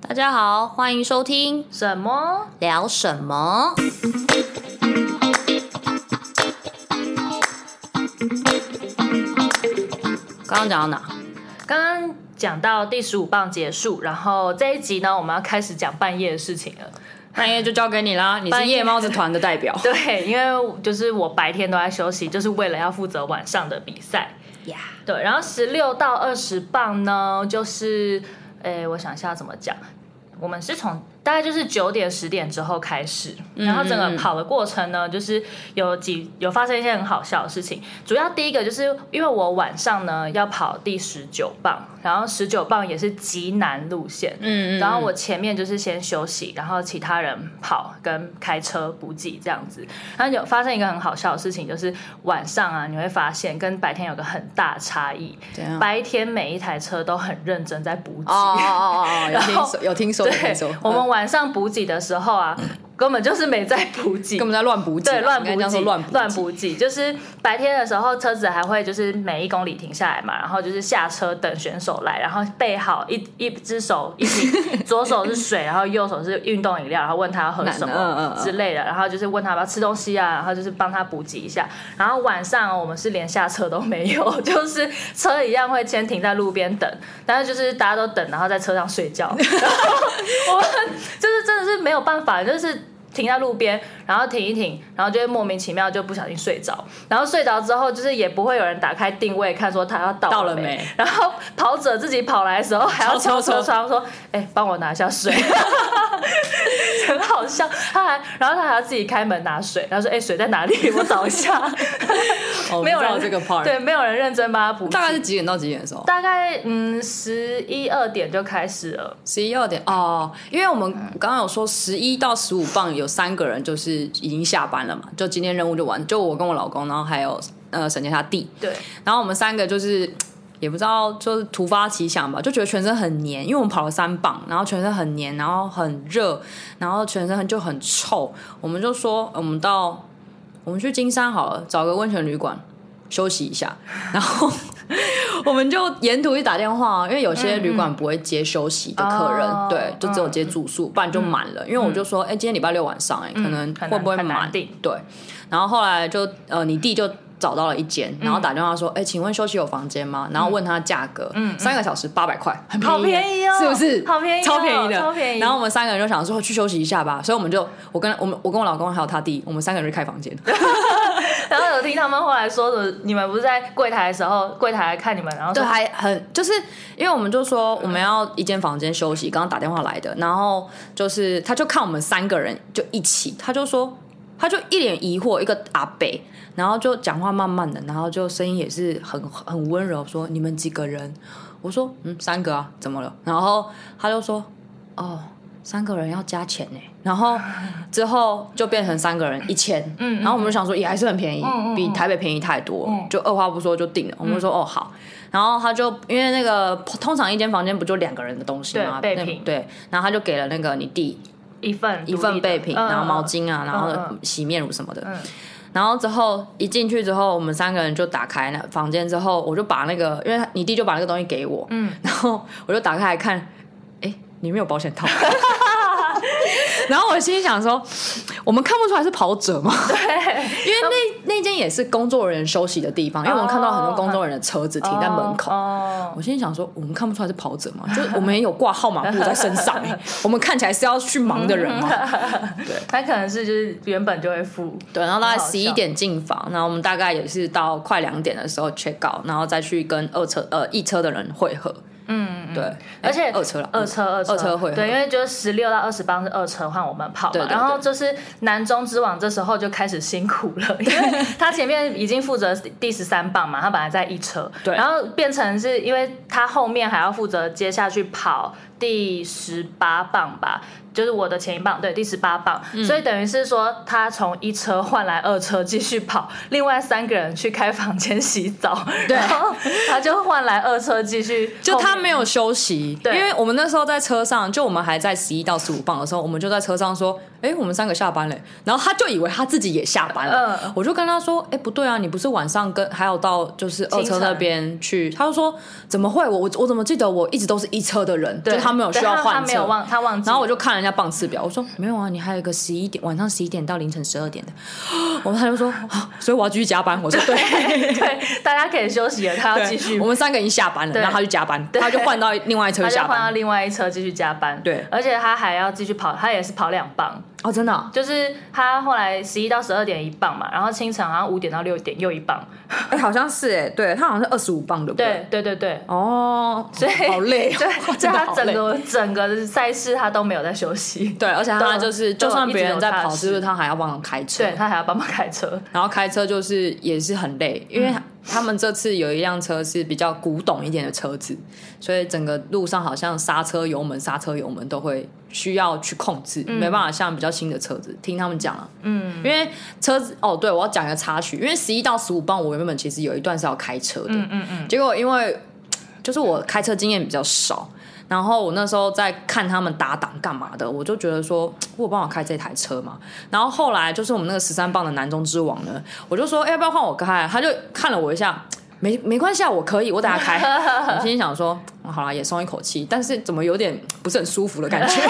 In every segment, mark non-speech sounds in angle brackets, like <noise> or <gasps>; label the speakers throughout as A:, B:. A: 大家好，欢迎收听
B: 什么？
A: 聊什么。刚刚讲到哪？
B: 刚刚讲到第十五棒结束，然后这一集呢，我们要开始讲半夜的事情了。
A: 半夜就交给你啦，你是
B: 半夜
A: 夜猫子团的代表。
B: 对，因为就是我白天都在休息，就是为了要负责晚上的比赛。
A: 呀，
B: 对，然后十六到二十磅呢，就是，诶，我想一下要怎么讲。我们是从大概就是九点十点之后开始，然后整个跑的过程呢，就是有几有发生一些很好笑的事情。主要第一个就是因为我晚上呢要跑第十九磅，然后十九磅也是极难路线，
A: 嗯嗯
B: 然后我前面就是先休息，然后其他人跑跟开车补给这样子。然后有发生一个很好笑的事情，就是晚上啊，你会发现跟白天有个很大差异。
A: 怎样？
B: 白天每一台车都很认真在补给，
A: 哦哦嗯哦哦，有听
B: 然
A: 说
B: 后
A: 有听说有听说
B: <laughs> 对，，我们晚上补给的时候啊，根本就是没在补给
A: 嗯根。本在乱补给啊，
B: 对，
A: 应
B: 乱
A: 该这
B: 补
A: 样说
B: 给，
A: 乱补
B: 乱
A: 给
B: 补给，就是白天的时候，车子还会就是每一公里停下来嘛，然后就是下车等选手来，然后备好一一只手一瓶，左手是水，然后右手是运动饮料，然后问他要喝什
A: 那嗯嗯
B: 么
A: 嗯
B: 之类的，然后就是问他要不要吃东西啊，然后就是帮他补给一下。然后晚上哦我们是连下车都没有， <laughs> 就是车一样会先停在路边等，但是就是大家都等，然后在车上睡觉。然后 <laughs> 我们就是真的是没有办法，就是停在路边，然后停一停，然后就会莫名其妙就不小心睡着，然后睡着之后就是也不会有人打开定位看说他要到
A: 到
B: 了
A: 了没
B: 然后跑者自己跑来的时候还要
A: 敲
B: 敲
A: 敲
B: 车窗说：“哎、帮我拿一下水。”
A: <laughs>
B: 很好笑，他还然后他还要自己开门拿水，然后说：“哎、水在哪里？我找一下。
A: 哦”
B: 没
A: <laughs>
B: 有
A: 我
B: 人
A: 不知道这个 part，
B: 对，没有人认真帮他补给。
A: 大概是几点到几点的时候？
B: 大概嗯十一二点就开始了，
A: 十一二点哦，因为我们刚刚有说十一到十五磅有三个人就是已经下班了嘛，就今天任务就完，就我跟我老公，然后还有呃沈杰他弟，
B: 对。
A: 然后我们三个就是也不知道就是突发奇想吧，就觉得全身很黏，因为我们跑了三磅，然后全身很黏，然后很热，然后全身就很臭，我们就说呃我们到我们去金山好了，找个温泉旅馆休息一下，然后。 <laughs> 我们就沿途去打电话啊，因为有些旅馆不会接休息的客人，
B: 嗯哦嗯
A: 对，就只有接住宿，不然就满了。因为我就说，哎、今天礼拜六晚上、哎、可能
B: 很难
A: 会不会
B: 嗯很难
A: 满？
B: 定
A: 对，然后后来就呃，你弟就找到了一间，然后打电话说：“哎、请问休息有房间吗？”然后问他价格，嗯，三个小时八百块，很便宜，
B: 好便宜哦
A: 是不是？
B: 好便宜哦
A: 超便宜的，
B: 超便宜
A: 然后我们三个人就想说去休息一下吧，所以我们就我跟我们我跟我老公还有他弟，我们三个人去开房间，
B: <laughs> 然后有听他们后来说什么，你们不是在柜台的时候，柜台来看你们，然后
A: 对，啊
B: 说
A: 还很就是因为我们就说我们要一间房间休息，刚刚打电话来的，然后就是他就看我们三个人就一起，他就说他就一脸疑惑，一个阿北，然后就讲话慢慢的，然后就声音也是很很温柔，说你们几个人？我说嗯三个啊，怎么了？然后他就说哦三个人要加钱呢、然后之后就变成三个人一千，嗯，然后我们就想说也还是很便宜，比台北便宜太多，就二话不说就定了。我们就说哦好，然后他就因为那个通常一间房间不就两个人的东西
B: 对
A: 吗？
B: 备
A: 那
B: 品
A: 对，然后他就给了那个你弟
B: 一份
A: 一
B: 一
A: 份备品，然后毛，
B: 嗯
A: 巾啊，然后
B: 嗯
A: 洗面乳什么的。
B: 嗯
A: 然后之后一进去之后，我们三个人就打开那房间之后，我就把那个，因为你弟就把那个东西给我，
B: 嗯，
A: 然后我就打开来看，哎，里面有保险
B: <laughs>
A: 套。 <laughs> 然后我心里想说，我们看不出来是跑者吗？对，
B: 嗯
A: 因为那那间也是工作人员休息的地方，因为我们看到很多工作人员的车子停在门口，
B: 哦，
A: 我心里想说，我们看不出来是跑者嘛，就是我们也有挂号码布在身上、欸，我们看起来是要去忙的人嘛。
B: 嗯 <laughs> 哦他可能是就是原本就会付，
A: 对，然后大概
B: 很好
A: 十一
B: 笑
A: 点进房，然后我们大概也是到快两点的时候 check out，然后再去跟二车呃一车的人会合。嗯，对，
B: 而且
A: 哎二车了，
B: 二车二车
A: 二车会合
B: 对，因为就是十六到二十帮是二车换我们跑嘛，
A: 对对对
B: 然后就是南中之王这时候就开始辛苦
A: <laughs>
B: 了，因为他前面已经负责第十三棒嘛，他本来在一车，
A: 对
B: 然后变成是因为他后面还要负责接下去跑第十八棒吧。就是我的前一棒，对第十八棒，
A: 嗯
B: 所以等于是说他从一车换来二车继续跑，另外三个人去开房间洗澡，
A: 对
B: 然后他就换来二车继续，
A: 就他没有休息，因
B: 对
A: 为我们那时候在车上，就我们还在十一到十五磅的时候，我们就在车上说，哎、我们三个下班嘞，然后他就以为他自己也下班了，
B: 嗯
A: 我就跟他说，哎、不对啊，你不是晚上跟还有到就是二车那边去，他就说怎么会，我我我怎么记得我一直都是一车的人，就
B: 对
A: 他没有需要
B: 对他他
A: 换
B: 没
A: 车
B: 有。忘，他忘记。
A: 然后我就看人家棒次表，我说没有啊，你还有一个十一点晚上十一点到凌晨十二点的， <gasps> 我他就说、啊，所以我要继续加班。我说对，
B: <laughs> <laughs> 对，大家可以休息了，他要继续
A: 我，们三个已经下班了，
B: 对
A: 然后他就加班，
B: 对
A: 他就换到另外一车
B: 他就
A: 下
B: 换到
A: 班。
B: 另外一车继续加班。
A: 对
B: 而且他还要继续跑，他也是跑两磅，
A: 哦，真的啊、
B: 就是他后来十一到十二点一磅嘛，然后清晨好像五点到六点又一磅。
A: <laughs> 哎好像是哎，对他好像是二十五磅，对不
B: 对对对
A: <laughs>
B: 对，
A: 哦，
B: 所以
A: 好累 <laughs> 哦，
B: <laughs> 对，
A: 真
B: 在
A: 的
B: 他
A: 好累
B: 整个整个赛事他都没有在休息，
A: 对，而且他
B: 对
A: 就是，
B: 对
A: 就算
B: 一直
A: 别人
B: 有
A: 在
B: 他的
A: 跑，是不是
B: 事
A: 他还要帮忙开车？
B: 对，他还要帮忙开车。
A: 然后开车就是也是很累，因为他们这次有一辆车是比较古董一点的车子，所以整个路上好像刹车、油门、刹车、油门都会需要去控制，没办法像比较新的车子。听他们讲啊，嗯，因为车子哦，对我要讲一个插曲，因为十一到十五磅，我原本其实有一段是要开车的，
B: 嗯嗯嗯，
A: 结果因为就是我开车经验比较少，然后我那时候在看他们打档干嘛的，我就觉得说，我有办法开这台车嘛。然后后来就是我们那个十三磅的南中之王呢，我就说、哎要不要换我开？他就看了我一下。 <laughs> 没没关系啊，我可以，我等下开。我心里想说，嗯好啦，也松一口气，但是怎么有点不是很舒服的感 <laughs> 觉？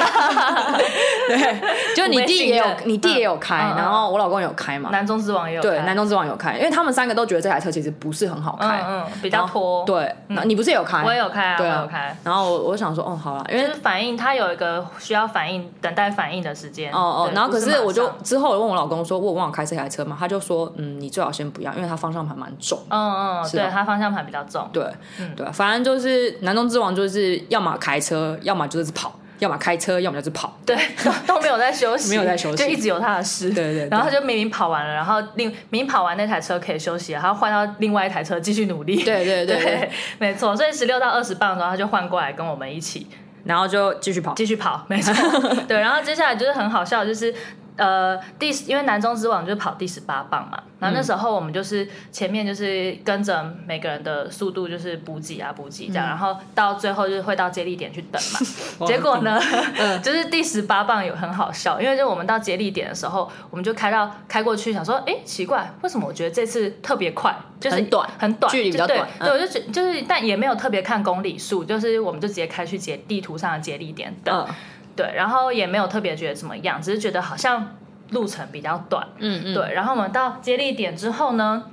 A: 对，就你
B: 不被
A: 弟
B: 信
A: 也有
B: 任，
A: 你弟也有开，
B: 嗯嗯嗯
A: 然后我老公也有开嘛，嗯
B: 南中之王也有
A: 对，
B: 开
A: 南中之王有开，因为他们三个都觉得这台车其实不是很好开，
B: 嗯嗯比
A: 然
B: 较
A: 后
B: 拖。，嗯
A: 对，那你不是也有开？
B: 我也有开啊，
A: 对啊
B: 我有开。
A: 然后我我想说，哦，好了，因为
B: 就是反应，它有一个需要反应、等待反应的时间。
A: 哦哦，
B: 对
A: 然后可
B: 不是
A: 是我就
B: 马上
A: 之后我问我老公说，我有忘了开这台车嘛？他就说，嗯，你最好先不要，因为它方向盘蛮重。
B: 嗯嗯，
A: 是吧
B: 对，它方向盘比较重。
A: 对，
B: 嗯
A: 对，啊反正就是南中之王，就是要么开车，要么就是跑，要么开车，要么就是跑。
B: 对， <laughs> 都都没有在休息，
A: 没有在休息
B: 就一直有他的事。
A: 对对对
B: 然后他就明明跑完了，然后另明明跑完那台车可以休息，然后换到另外一台车继续努力。
A: 对对对
B: <laughs> 对
A: 对，
B: 没错。所以十六到二十磅的时候，他就换过来跟我们一起
A: 然后就继续跑。
B: 继续跑，没错。 <laughs> 对，然后接下来就是很好笑的，就是。呃，第因为南中之王就是跑第十八棒
A: 嗯
B: 嘛，然后那时候我们就是前面就是跟着每个人的速度就是补给啊补给这
A: 嗯
B: 样，然后到最后就是会到接力点去等
A: <laughs>
B: 嘛，结果呢，
A: 嗯
B: 就是第十八棒有很好笑，因为就我们到接力点的时候，我们就开到开过去，想说，哎，奇怪，为什么我觉得这次特别快，就是
A: 很短
B: 很短，
A: 距离比较
B: 就对
A: 短嗯
B: 对，我就觉就是，但也没有特别看公里数，就是我们就直接开去接地图上的接力点等，
A: 嗯
B: 对，然后也没有特别觉得怎么样，只是觉得好像路程比较短，
A: 嗯嗯，
B: 对，然后我们到接力点之后呢，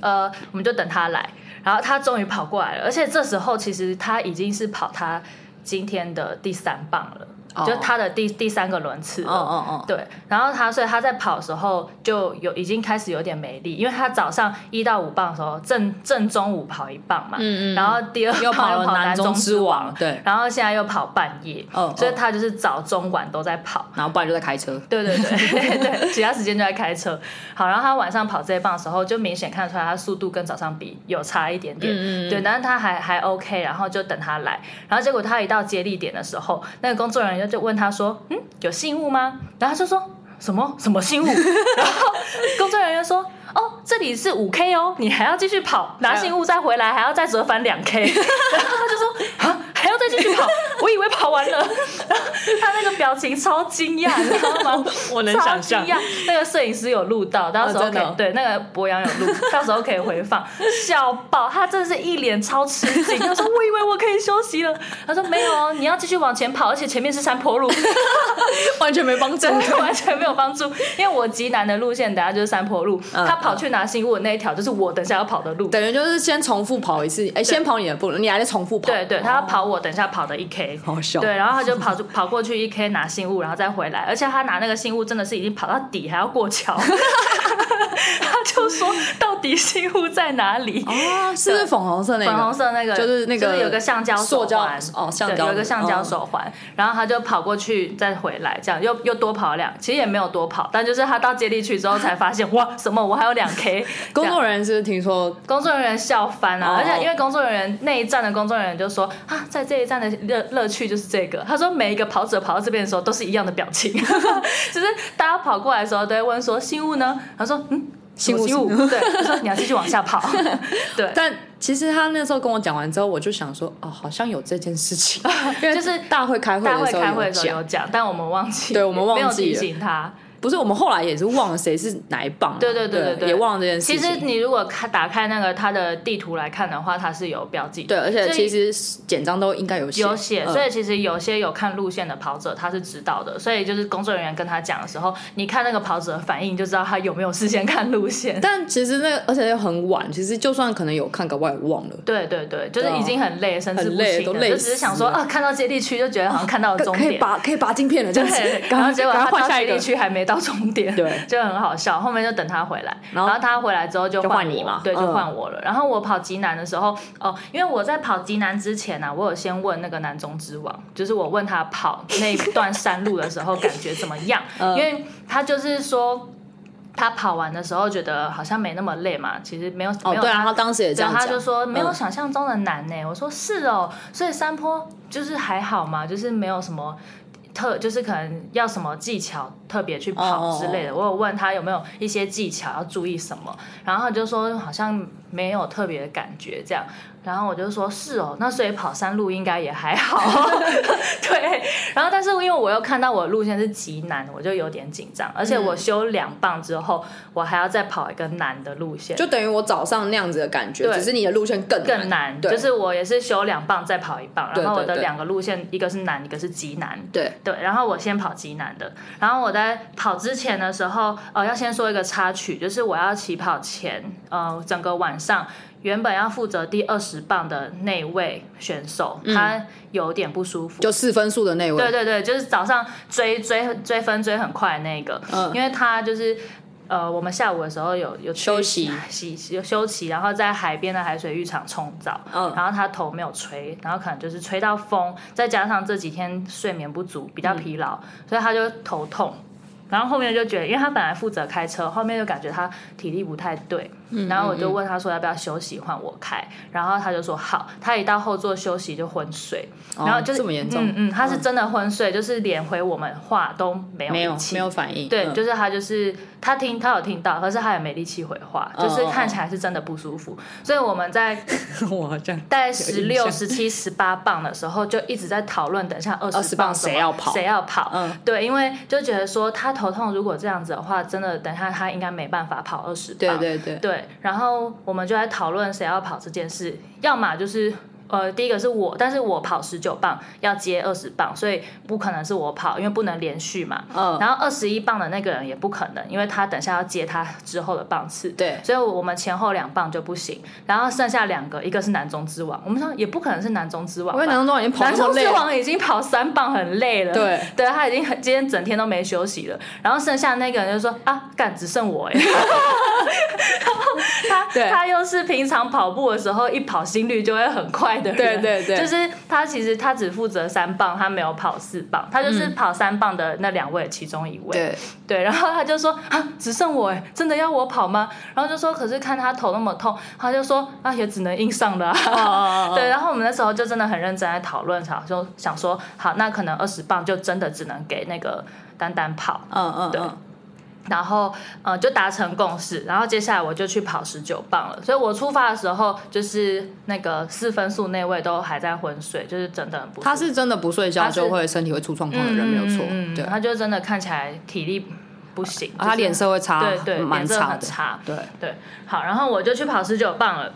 B: 呃，我们就等他来，然后他终于跑过来了，而且这时候其实他已经是跑他今天的第三棒了，
A: 哦
B: 就是他的第第三个轮次
A: 哦
B: 了。
A: 哦哦，
B: 对，然后他所以他在跑的时候就有已经开始有点没力，因为他早上一到五棒的时候正正中午跑一棒嘛，
A: 嗯嗯嗯
B: 然后第二
A: 又
B: 棒
A: 跑
B: 又
A: 了
B: <laughs> 跑
A: 南
B: 南
A: 中之
B: 之
A: 王，对，
B: 然后现在又跑半夜，
A: 哦哦
B: 所以他就是早中晚都在跑。
A: 然后不然就在开车。
B: 对对 <laughs> 对对，其他时间就在开车。好，然后他晚上跑这一棒的时候，就明显看出来他速度跟早上比有差一点
A: 嗯
B: 点。
A: 嗯嗯
B: 对，但是他还还 OK，然后就等他来。然后结果他一到接力点的时候，那个工作人员就问他说：“嗯，有信物吗？”然后他就说。什么什么信物？然后工作人员说：“哦，这里是五 K 哦，你还要继续跑，
A: <laughs> 哎
B: 拿信物再回来，还要再折返两 K。”然后他就说：“啊，还要再继续
A: <laughs>
B: 跑？我以为跑完了。” <laughs> 然后他那个表情超惊
A: <laughs>
B: 讶，你知道吗？
A: 我能
B: 超
A: 想象
B: 惊讶那个摄影师有录到，到时候
A: 真
B: 可
A: 的
B: 以、
A: 哦
B: 对那个博洋有
A: <laughs>
B: 录，到时候可以回放，笑爆！他真的是一脸超吃惊，他说：“我以为我可以休息
A: <laughs>
B: 了。”他说：“没有哦，你要继续往前跑，而且前面是山坡路，
A: 完全没帮助。
B: 完全没有帮助。因为我极南的路线，等下就是山坡路，
A: 嗯
B: 他跑去拿信物的那一条，就是我等下要跑的路。”
A: 等于就是先重复跑一次，哎，先跑你的步，你还在重复跑。哦
B: 对对，他要跑我等一下跑的一 k，
A: 好笑
B: 对，然后他就跑出跑过去一 k 拿信物，然后再回来，而且他拿那个信物真的是已经跑到底，还要
A: <laughs>
B: 过桥。他就说到底信物在哪里？
A: 啊，是不是粉红色那个？
B: 粉红色那个
A: 就是那个
B: 有个橡胶手
A: 塑胶
B: 环
A: 哦橡
B: 对
A: 胶
B: 有一个
A: 的
B: 橡胶
A: 嗯
B: 手环，然后他就跑过去再回来，这样又又多跑两，其实也没有多跑，但就是他到接力区之后才发现，哇，什么我还有两 k，
A: 工作人员是不是听说
B: 工作人员笑翻了、
A: 哦
B: 而且因为工作人员那一站的工作人员就说啊，在这一站的乐乐趣就是这个。他说每一个跑者跑到这边的时候都是一样的表
A: <laughs>
B: 情，就是大家跑过来的时候都会问说新物呢？他说嗯，
A: 信物
B: 新物，对，他说你要继续往
A: <laughs>
B: 下跑， <laughs> 对。
A: 但其实他那时候跟我讲完之后，我就想说，哦，好像有这件事情，
B: <laughs>
A: 因为
B: 就是
A: 大会开会
B: 大
A: 的
B: 会
A: 时候
B: 开会
A: 有
B: 的时候
A: 讲
B: 有讲，但我们忘记，
A: 对我们忘记
B: 没有
A: 了
B: 提醒他。
A: 不是我们后来也是忘了谁是哪一棒了，
B: 对对对对对
A: 也忘了这件事
B: 其
A: 情。
B: 实你如果看打开那个它的地图来看的话，它是有标记的。
A: 对，而且
B: 所以
A: 其实简章都应该有写，
B: 有写，
A: 嗯
B: 所以其实有些有看路线的跑者他是知道的，所以就是工作人员跟他讲的时候，你看那个跑者的反应就知道他有没有事先看路线。
A: 但其实那个而且又很晚，其实就算可能有看，搞不好也忘了。
B: 对对对，就是
A: 对啊
B: 已经很累，神志
A: 很
B: 不
A: 累
B: 清
A: 都
B: 了，
A: 累
B: 就只是想说
A: 死了啊
B: 啊，看到接力区就觉得好像看到了
A: 可
B: 终
A: 可以
B: 点，
A: 拔可以拔镜片了，这样子
B: 对，，
A: 赶
B: 然后
A: 快
B: 结果
A: 赶
B: 他
A: 快换
B: 到
A: 下
B: 接
A: 一个
B: 力。区还没到终点，
A: 对
B: 就很好笑。后面就等他回来，
A: 然
B: 然
A: 后
B: 后他回来之后就
A: 就
B: 换
A: 换你
B: 我
A: 嘛
B: 对，就
A: 嗯
B: 换我了。然后我跑极南的时候，哦，因为我在跑极南之前呢、啊，我有先问那个南中之王，就是我问他跑那一段山路的时候感觉怎么
A: <laughs>
B: 样，
A: 嗯
B: 因为他就是说。他跑完的时候觉得好像没那么累嘛，其实没有没
A: 哦，
B: 有
A: 对
B: 他
A: 啊，他当时也这
B: 然
A: 样
B: 后他就
A: 讲，
B: 说没有
A: 嗯
B: 想象中的难呢、我说是哦，所以山坡就是还好嘛，就是没有什么。特就是可能要什么技巧特别去跑之
A: 哦
B: 类的我有问他有没有一些技巧要注意什么，然后他就说好像没有特别的感觉这样，然后我就说是哦，那所以跑山路应该也还好， <laughs> 对。然后但是因为我又看到我的路线是极难，我就有点紧张，而且
A: 嗯
B: 我修两棒之后，我还要再跑一个难的路线，
A: 就等于我早上那样子的感觉，
B: 对
A: 只是你的路线更
B: 更难，
A: 对
B: 就是我也是修两棒再跑一棒，
A: 对
B: 然后我
A: 对
B: 的
A: 对
B: 两个路线，一个是南，一个是极南。
A: 对，
B: 对，然后我先跑极南的，然后我在跑之前的时候，呃，要先说一个插曲，就是我要起跑前，呃，整个晚上原本要负责第二十棒的那位选手，他有点不舒服，
A: 嗯就四分数的那嗯位，
B: 对对对，就是早上追追追分追很快那个，
A: 嗯
B: 因为他就是。呃，我们下午的时候有有去
A: 休息
B: 洗休休息，然后在海边的海水浴场冲澡，
A: 嗯
B: 然后他头没有吹，然后可能就是吹到风，再加上这几天睡眠不足，
A: 嗯
B: 比较疲劳，所以他就头痛。然后后面就觉得，因为他本来负责开车，后面就感觉他体力不太对，
A: 嗯
B: 然后我就问他说要不要休息换我开，然后他就说好，他一到后座休息就昏睡，
A: 哦
B: 然后就是
A: 这么严重
B: 嗯嗯，他是真的昏睡，就是连回我们话都没有
A: 没有
B: 力气
A: 没有反应，
B: 对，
A: 嗯
B: 就是他就是他听他有听到，可是他也没力气回话，
A: 嗯
B: 就是看起来是真的不舒服，所以我们在
A: <laughs> 我好像
B: 大概十
A: 有
B: 六、
A: 印
B: 十七、十八磅的时候，就一直在讨论，等一下二
A: 20
B: 十
A: 磅
B: 磅什么
A: 谁要跑
B: 谁要跑。
A: 嗯
B: 对，因为就觉得说他头痛，如果这样子的话，真的等一下他应该没办法跑二十
A: 对
B: 磅。
A: 对对，
B: 对，然后我们就在讨论谁要跑这件事，要么就是。呃，第一个是我，但是我跑十九磅要接二十磅，所以不可能是我跑，因为不能连续嘛。
A: 嗯
B: 然后二十一磅的那个人也不可能，因为他等下要接他之后的磅次。
A: 对
B: 所以我们前后两磅就不行，然后剩下两个，一个是南中之王，我们想也不可能是南中之王
A: 因
B: 吧，
A: 为南中庄已经跑
B: 南
A: 那么
B: 中
A: 累
B: 之
A: 了，
B: 王已经跑三棒很累了，
A: 对
B: 对，他已经很今天整天都没休息了。然后剩下那个人就说啊，干只
A: <laughs>
B: 剩我哎、欸，然后
A: 对
B: 他他又是平常跑步的时候一跑心率就会很快的人，
A: 对对对
B: 就是他其实他只负责三棒，他没有跑四棒，他就是跑三棒的那两位其中一位，
A: 嗯对，
B: 对，然后他就说啊，只剩我哎，真的要我跑吗？然后就说，可是看他头那么痛，他就说啊，也只能硬上了、
A: 哦嗯
B: 啊。对，然后我们那时候就真的很认真在讨论，想就想说，好，那可能二十磅就真的只能给那个丹丹跑。
A: 嗯嗯
B: 哦对
A: 嗯，
B: 然后呃就达成共识，然后接下来我就去跑十九磅了。所以我出发的时候，就是那个四分速那位都还在昏睡，就是真的很不舒服。
A: 他是真的不睡觉
B: 他是
A: 就会身体会出状况的人，没有错
B: 嗯，嗯嗯
A: 对，啊
B: 他就真的看起来体力不行，
A: 他脸色会差，
B: 对对，
A: 蛮
B: 脸色
A: 差
B: 很
A: 的，
B: 差。
A: 对，
B: 对，好，然后我就去跑十九磅了。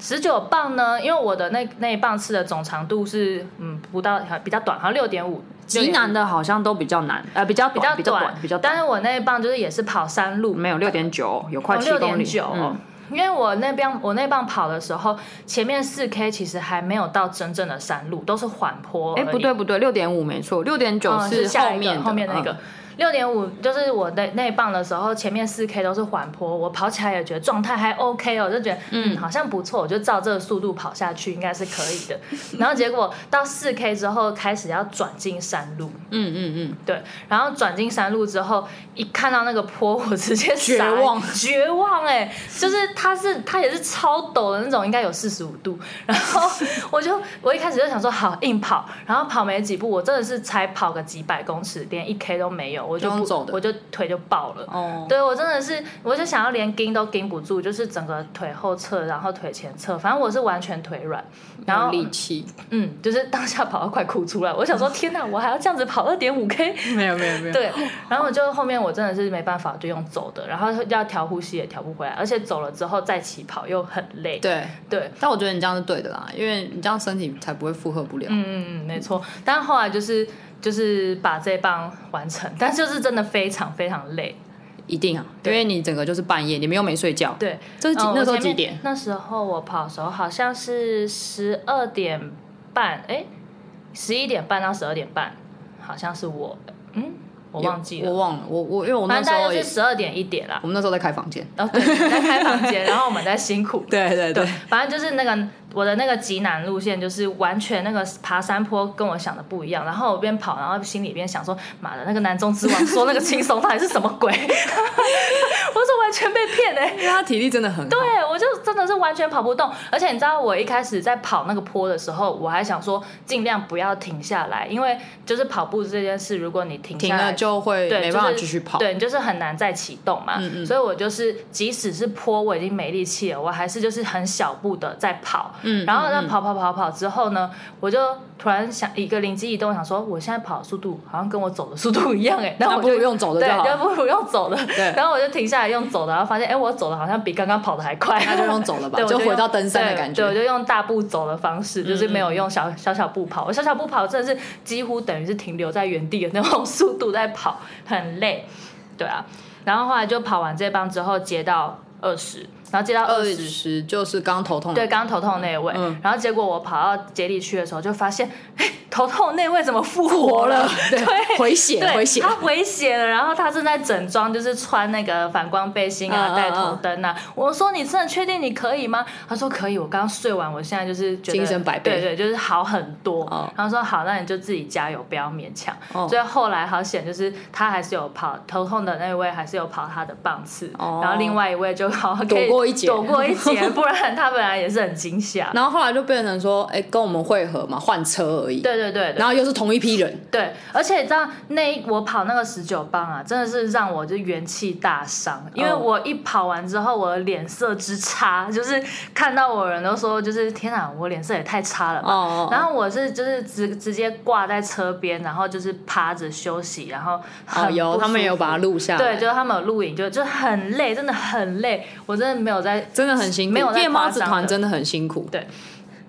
B: 十九磅呢，因为我的那那一磅次的总长度是嗯不到比较短，好像六点五。
A: 极南的好像都比较难，呃，比较
B: 比较
A: 短比较短，比较
B: 但
A: 短，
B: 是我那一磅就是也是跑山路，
A: 没有六点九，有快
B: 哦
A: 七
B: 六
A: 公
B: 点
A: 里，
B: 九
A: 嗯。
B: 因为我那边我那棒跑的时候，前面四 K 其实还没有到真正的山路，都是缓坡。
A: 哎，不对，不对，六点五没错，六点九
B: 嗯，是下
A: 后
B: 一
A: 面
B: 个
A: 的
B: 后面那个。六点五就是我那那一棒的时候，前面四 K 都是缓坡，我跑起来也觉得状态还 OK 哦，就觉得嗯好像不错，我就照这个速度跑下去应该是可以的。然后结果到四 K 之后开始要转进山路，
A: 嗯嗯嗯
B: 对，然后转进山路之后，一看到那个坡， <laughs> 我直接
A: 绝
B: 傻眼
A: 望
B: 绝望哎、就是它是它也是超陡的那种，应该有四十五度。然后我就我一开始就想说好硬跑，然后跑没几步，我真的是才跑个几百公尺，连一 K 都没有，我就
A: 就
B: 不
A: 用走的
B: 我就腿就爆了。
A: 哦，
B: 对我真的是，我就想要连盯都盯不住，就是整个腿后侧，然后腿前侧，反正我是完全腿软。然
A: 没有
B: 后
A: 力气，
B: 嗯，就是当下跑到快哭出来，我想说天哪，我还要这样子跑二点五 K，
A: <laughs> 没有没有 <laughs> 没有，
B: 对，然后我就后面我真的是没办法，就用走的，然后要调呼吸也调不回来，而且走了之后再起跑又很累。
A: 对，
B: 对，
A: 但我觉得你这样是对的啦，因为你这样身体才不会负荷不了。
B: 嗯嗯嗯，没错。但后来就是就是把这棒完成，但就是真的非常非常累。
A: 一定啊，因
B: 对
A: 为你整个就是半夜，你们又没睡觉。
B: 对，
A: 这是几
B: 嗯
A: 那时候
B: 我前面
A: 几点
B: 那时候我跑的时候好像是十二点半，哎，十一点半到十二点半，好像是我，嗯，我忘记
A: 我
B: 了。
A: 忘了，我我因为我那
B: 反
A: 时
B: 正大
A: 候
B: 概
A: 也
B: 就是，十二点一点啦
A: 我，们那时候在开房间。
B: 然后对，在开房
A: <laughs>
B: 间，然后我们在辛苦
A: 对对
B: 对，反正就是那个我的那个极难路线，就是完全那个爬山坡跟我想的不一样。然后我边跑，然后心里边想说：“妈的，那个南中之王说那个轻松到底是什么鬼？” <laughs> 我说完全被骗哎、
A: 因为他体力真的很好。对
B: 对，我就真的是完全跑不动，而且你知道，我一开始在跑那个坡的时候，我还想说尽量不要停下来，因为就是跑步这件事，如果你停
A: 停
B: 下来
A: 了就会
B: 对，
A: 没办法继续跑。
B: 就是，对你就是很难再启动嘛。
A: 嗯嗯
B: 所以我就是即使是坡，我已经没力气了，我还是就是很小步的在跑。
A: 嗯
B: 然后呢
A: 嗯，嗯
B: 跑跑跑跑之后呢，我就突然想一个灵机一动，想说我现在跑的速度好像跟我走的速度一样哎，然
A: 那
B: 后我
A: 不如
B: 就。
A: 用走的
B: 对
A: 就，好
B: 就
A: 了，
B: 不如用走的。
A: 对
B: 然后我就停下来用走的，然后发现，哎，我走的好像比刚刚跑的还快。
A: 那就用走了吧
B: <laughs> 对，，我
A: 就
B: 用
A: 回到登山的
B: 对
A: 感
B: 对，我
A: 觉。嗯
B: 就用大步走的方式，就是没有用小小小步跑。我小小步跑真的是几乎等于是停留在原地的那种 <laughs> 速度在跑，很累。对啊，然后后来就跑完这帮之后，接到二十，然后接到
A: 二
B: 二十。
A: 十就是刚头痛，
B: 对，刚刚头痛那一位，
A: 嗯
B: 然后结果我跑到接力区的时候，就发现，哎，头痛那位怎么复活
A: 活
B: 了
A: 了？，
B: <laughs>
A: 对，回血
B: 对，
A: 回血，
B: 他回血了，然后他正在整装，就是穿那个反光背心
A: 嗯嗯
B: 啊，
A: 嗯
B: 戴头灯啊。我说你真的确定你可以吗？他说可以，我刚睡完，我现在就是觉得
A: 精神百倍
B: 对对，就是好很多。
A: 哦
B: 然后说好，那你就自己加油，不要勉强。
A: 哦
B: 所以后来好险，就是他还是有跑头痛的那位，还是有跑他的棒次，
A: 哦
B: 然后另外一位就好好
A: 躲
B: 可以
A: 过一劫
B: 躲过
A: <laughs>
B: 一劫，不然他本来也是很惊吓。
A: 然后后来就变成说，哎，跟我们会合嘛，换车而已。
B: 对对对对
A: 然后又是同一批人，
B: 对，而且你知道那一我跑那个十九棒啊，真的是让我就元气大伤，因为
A: 哦
B: 我一跑完之后，我的脸色之差，就是看到我的人都说，就是天啊，我脸色也太差了吧。
A: 哦
B: 然后我是就是直直接挂在车边，然后就是趴着休息，然后很
A: 哦，有
B: 不
A: 他们
B: 舒
A: 也有
B: 服
A: 把它录下来，
B: 对，就是他们有录影，就就很累，真的很累，我真的没有在
A: 真的很辛苦。
B: 没有在
A: 夜
B: 夸
A: 猫子
B: 张
A: 团
B: 的
A: 真的很辛苦，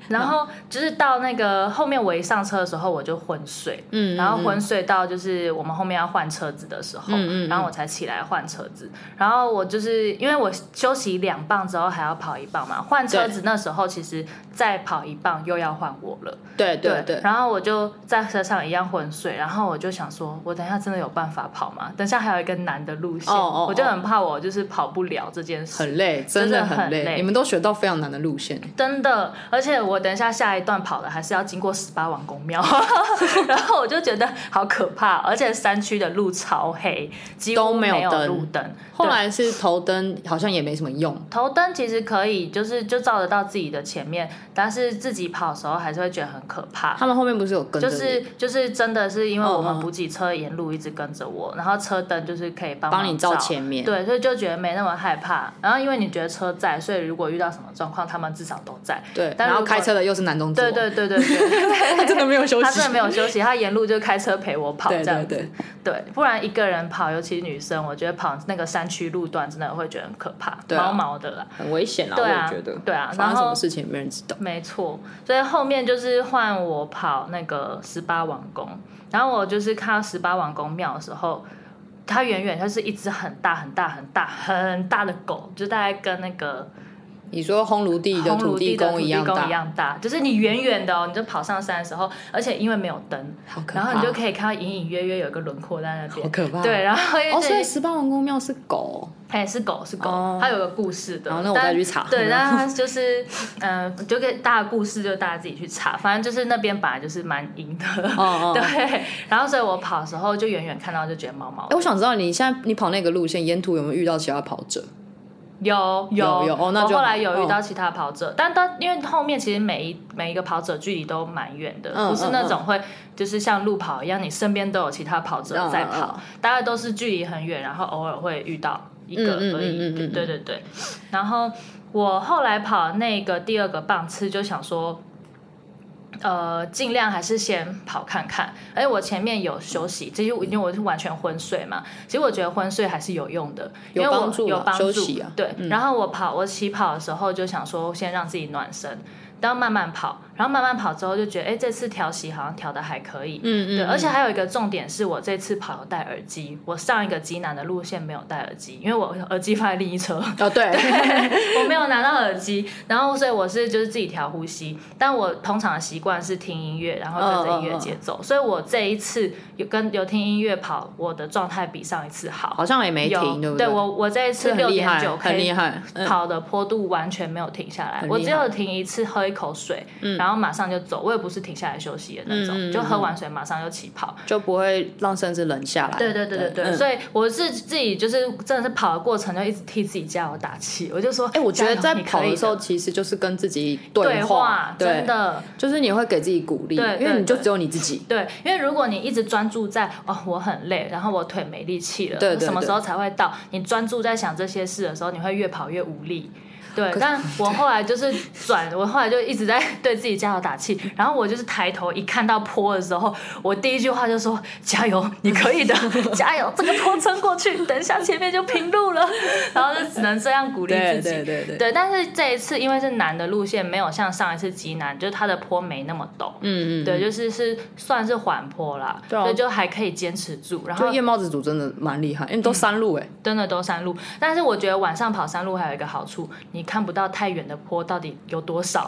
B: 然后就是到那个后面，我一上车的时候我就昏睡，
A: 嗯嗯
B: 然后昏睡到就是我们后面要换车子的时候，
A: 嗯嗯嗯
B: 然后我才起来换车子。然后我就是因为我休息两棒之后还要跑一棒嘛，换车子那时候其实再跑一棒又要换我了，
A: 对对对。
B: 然后我就在车上一样昏睡，然后我就想说，我等一下真的有办法跑吗？等一下还有一个难的路线，
A: 哦哦哦
B: 我就很怕我就是跑不了这件事。
A: 很累，真
B: 的
A: 的很
B: 很
A: 累。
B: 累
A: 你们都选到非常难的路线，
B: 真的，而且我等一下下一段跑的还是要经过十八王公庙， <laughs> 然后我就觉得好可怕，而且山区的路超黑，几乎
A: 都没有
B: 有
A: 灯
B: 路灯。
A: 后
B: 对
A: 来是头灯好像也没什么用，
B: 头灯其实可以，就是就照得到自己的前面，但是自己跑的时候还是会觉得很可怕。
A: 他们后面不是有跟着
B: 就
A: 你
B: 是就是真的是因为我
A: 嗯嗯
B: 们补给车沿路一直跟着我，然后车灯就是可以帮
A: 帮你
B: 照
A: 照前面，
B: 对，所以就觉得没那么害怕。然后因为你觉得车在，所以如果遇到什么状况，他们至少都在。
A: 对，
B: 但
A: 然后
B: 如果
A: 开车的又是南中之
B: 对
A: 王，
B: 对对对
A: <laughs>
B: 对，
A: 他真的没有休息，
B: 他真的没有休息，他沿路就开车陪我跑这
A: 对
B: 样
A: 对
B: 子。
A: 对，
B: 对不然一个人跑，尤其是女生，我觉得跑那个山区路段真的会觉得很可怕，
A: 对啊
B: 毛毛的啦。
A: 很危险啊，
B: 对啊
A: 我也觉得，
B: 对啊
A: 发生
B: 然
A: 什
B: 后
A: 么事情也没人知道，
B: 没错，所以后面就是换我跑那个十八王宫，然后我就是看到十八王宫庙的时候，它远远就是一只很大很大很大很大的狗，就大概跟那个
A: 你说烘炉地的
B: 红
A: 土
B: 炉地
A: 地
B: 的土
A: 公
B: 地
A: 样
B: 公一
A: 大，
B: 样大，就是你远远的哦，你就跑上山的时候，而且因为没有灯，
A: 好可怕，
B: 然后你就可以看到隐隐约约有一个轮廓在那边，
A: 好可怕，
B: 对，。然后因为
A: 哦，所
B: 这
A: 以十八王公庙是狗，
B: 哎、是狗是狗，
A: 哦
B: 它有个故事的。
A: 好那我再
B: 但
A: 去查
B: 对，但它就是 <laughs> 嗯、呃就给大家故事就大家自己去查，反正就是那边本来就是蛮阴的。
A: 哦
B: 嗯
A: 哦。哎、
B: <laughs> 对，然后所以我跑的时候就远远看到就觉得毛毛的。
A: 我想知道你现在你跑那个路线，沿途有没有遇到其他跑者？
B: 有
A: 有
B: 有
A: 有哦那就
B: 我后
A: 好
B: 来有遇
A: 哦
B: 到其他跑者，但但因为后面其实每一每一个跑者距离都蛮远的，
A: 嗯
B: 不是那
A: 嗯
B: 种会就是像路跑一样，你身边都有其他跑者
A: 嗯
B: 在
A: 嗯嗯
B: 跑，大概都是距离很远，然后偶尔会遇到一个
A: 嗯嗯
B: 而已。
A: 嗯嗯嗯嗯
B: 对对对，然后我后来跑那个第二个棒次，就想说。呃，尽量还是先跑看看。而且我前面有休息，其实我因为我是完全昏睡嘛，其实我觉得昏睡还是有用的，因
A: 有
B: 为我
A: 帮助
B: 有
A: 啦
B: 帮
A: 休
B: 助
A: 息啊
B: 对，然后我跑，我起跑的时候就想说，先让自己暖身，然后慢慢跑，然后慢慢跑之后就觉得，哎，这次调息好像调的还可以。
A: 嗯
B: 对，而且还有一个重点是我这次跑有戴耳机，我上一个极难的路线没有戴耳机，因为我 <laughs> 耳机放在另一车，
A: 哦对，
B: 我没有拿到耳机，然后所以我是就是自己调呼吸，但我通常的习惯是听音乐，然后跟着音乐节
A: 嗯
B: 奏，所以我这一次有跟有听音乐跑，我的状态比上一次好。
A: <laughs> 好像也没
B: 有，
A: 停，对不
B: 对
A: 对？
B: 我我这一次
A: 这
B: 六
A: 很厉
B: 点
A: 害，
B: 九
A: 很
B: K
A: 厉害。嗯
B: 跑的坡度完全没有停下来，
A: 很厉害嗯
B: 我只有停一次喝一口水，然后马上就走，我也不是停下来休息的那种，
A: 嗯嗯嗯
B: 就喝完水马上就起跑。
A: 就不会让身子冷下来。
B: 对对对对对，
A: 嗯
B: 所以我是自己就是真的是跑的过程就一直替自己加油打气，我就说，哎、
A: 哎，我觉得在跑
B: 的
A: 的时候，其实就是跟自己
B: 对
A: 话
B: 话，
A: 对
B: 真，的。
A: 就是你会给自己鼓励，
B: 对对
A: 因为你就
B: 对
A: 只有你自己。
B: 对，因为如果你一直专注在哦，我很累，然后我腿没力气了，
A: 对对
B: 什么
A: 对
B: 时候才会到？你专注在想这些事的时候，你会越跑越无力。对，但我后来就是
A: <laughs>
B: 转，我后来就一直在对自己加油打气。然后我就是抬头一看到坡的时候，我第一句话就说：“加油，你
A: <laughs>
B: 可以的，加油！这个坡撑过去，等一下前面就平路
A: <laughs>
B: 了。”然后就只能这样鼓励自
A: 对
B: 己。
A: 对对对，
B: 对，但是这一次因为是难的路线，没有像上一次极难，就是它的坡没那么陡，
A: 嗯嗯，
B: 对，就是是算是缓坡啦，
A: 对啊
B: 所以就还可以坚持住。然
A: 就
B: 后
A: 夜猫子组真的蛮厉害，因为都山路哎，
B: 真的都山路，但是我觉得晚上跑山路还有一个好处，你看不到太远的坡到底有多少，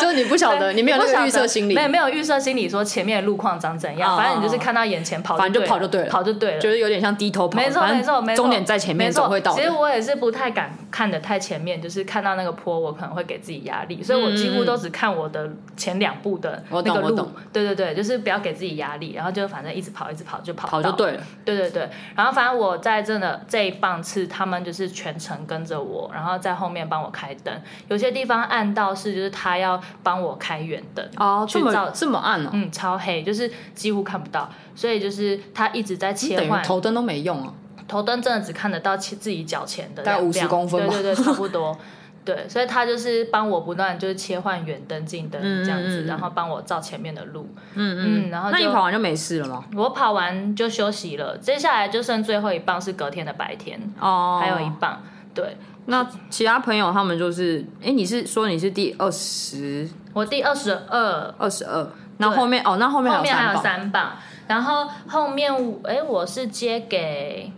A: 就是你不晓得，哦你没有
B: 不
A: 那
B: 晓
A: 个
B: 得
A: 预设心理
B: 没，有没有预设心理说前面的路况长怎样，
A: 哦
B: 反正你就是看到眼前跑，
A: 反正就跑就对
B: 对
A: 了
B: 跑就对了。
A: 就是有点像低头跑，
B: 没错，
A: 反正
B: 没错，没错。
A: 终点在前面，
B: 没错
A: 总会到
B: 其实
A: 的。
B: 我也是不太敢看的太前面，就是看到那个坡，我可能会给自己压力，所以我几乎都只看我的前两步的那
A: 我懂
B: 个
A: 我
B: 路
A: 懂。
B: 对对对，就是不要给自己压力，然后就反正一直跑，一直跑就跑
A: 跑
B: 到
A: 就对了，
B: 对对对，然后反正我在真的这一棒次，他们就是全程跟着我，然后在后面帮我开灯。有些地方暗道是就是他要帮我开远灯，
A: 哦，这
B: 去照
A: 么这么暗哦，
B: 嗯，超黑，就是几乎看不到，所以就是他一直在切
A: 等
B: 换
A: 于头灯都没用啊。
B: 头灯真的只看得到其自己脚前的
A: 大概
B: 亮
A: 50公分吧
B: 对
A: <laughs>
B: 对对，差不多。对，所以他就是帮我不断就是切换远灯、近灯
A: 嗯嗯
B: 这样子，
A: 嗯嗯
B: 然后帮我照前面的路。
A: 嗯
B: 嗯然后
A: 那你
B: 就
A: 跑完就没事了吗？
B: 我跑完就休息了，接下来就剩最后一棒是隔天的白天，
A: 哦，
B: 还有一棒。对
A: 那其他朋友他们就是，哎，你是说你是第二十
B: 我第二十二，
A: 二十二，那后面哦，那后面还
B: 后
A: 有
B: 面还
A: 三
B: 有
A: 棒，
B: 三棒，然后后面哎我是接给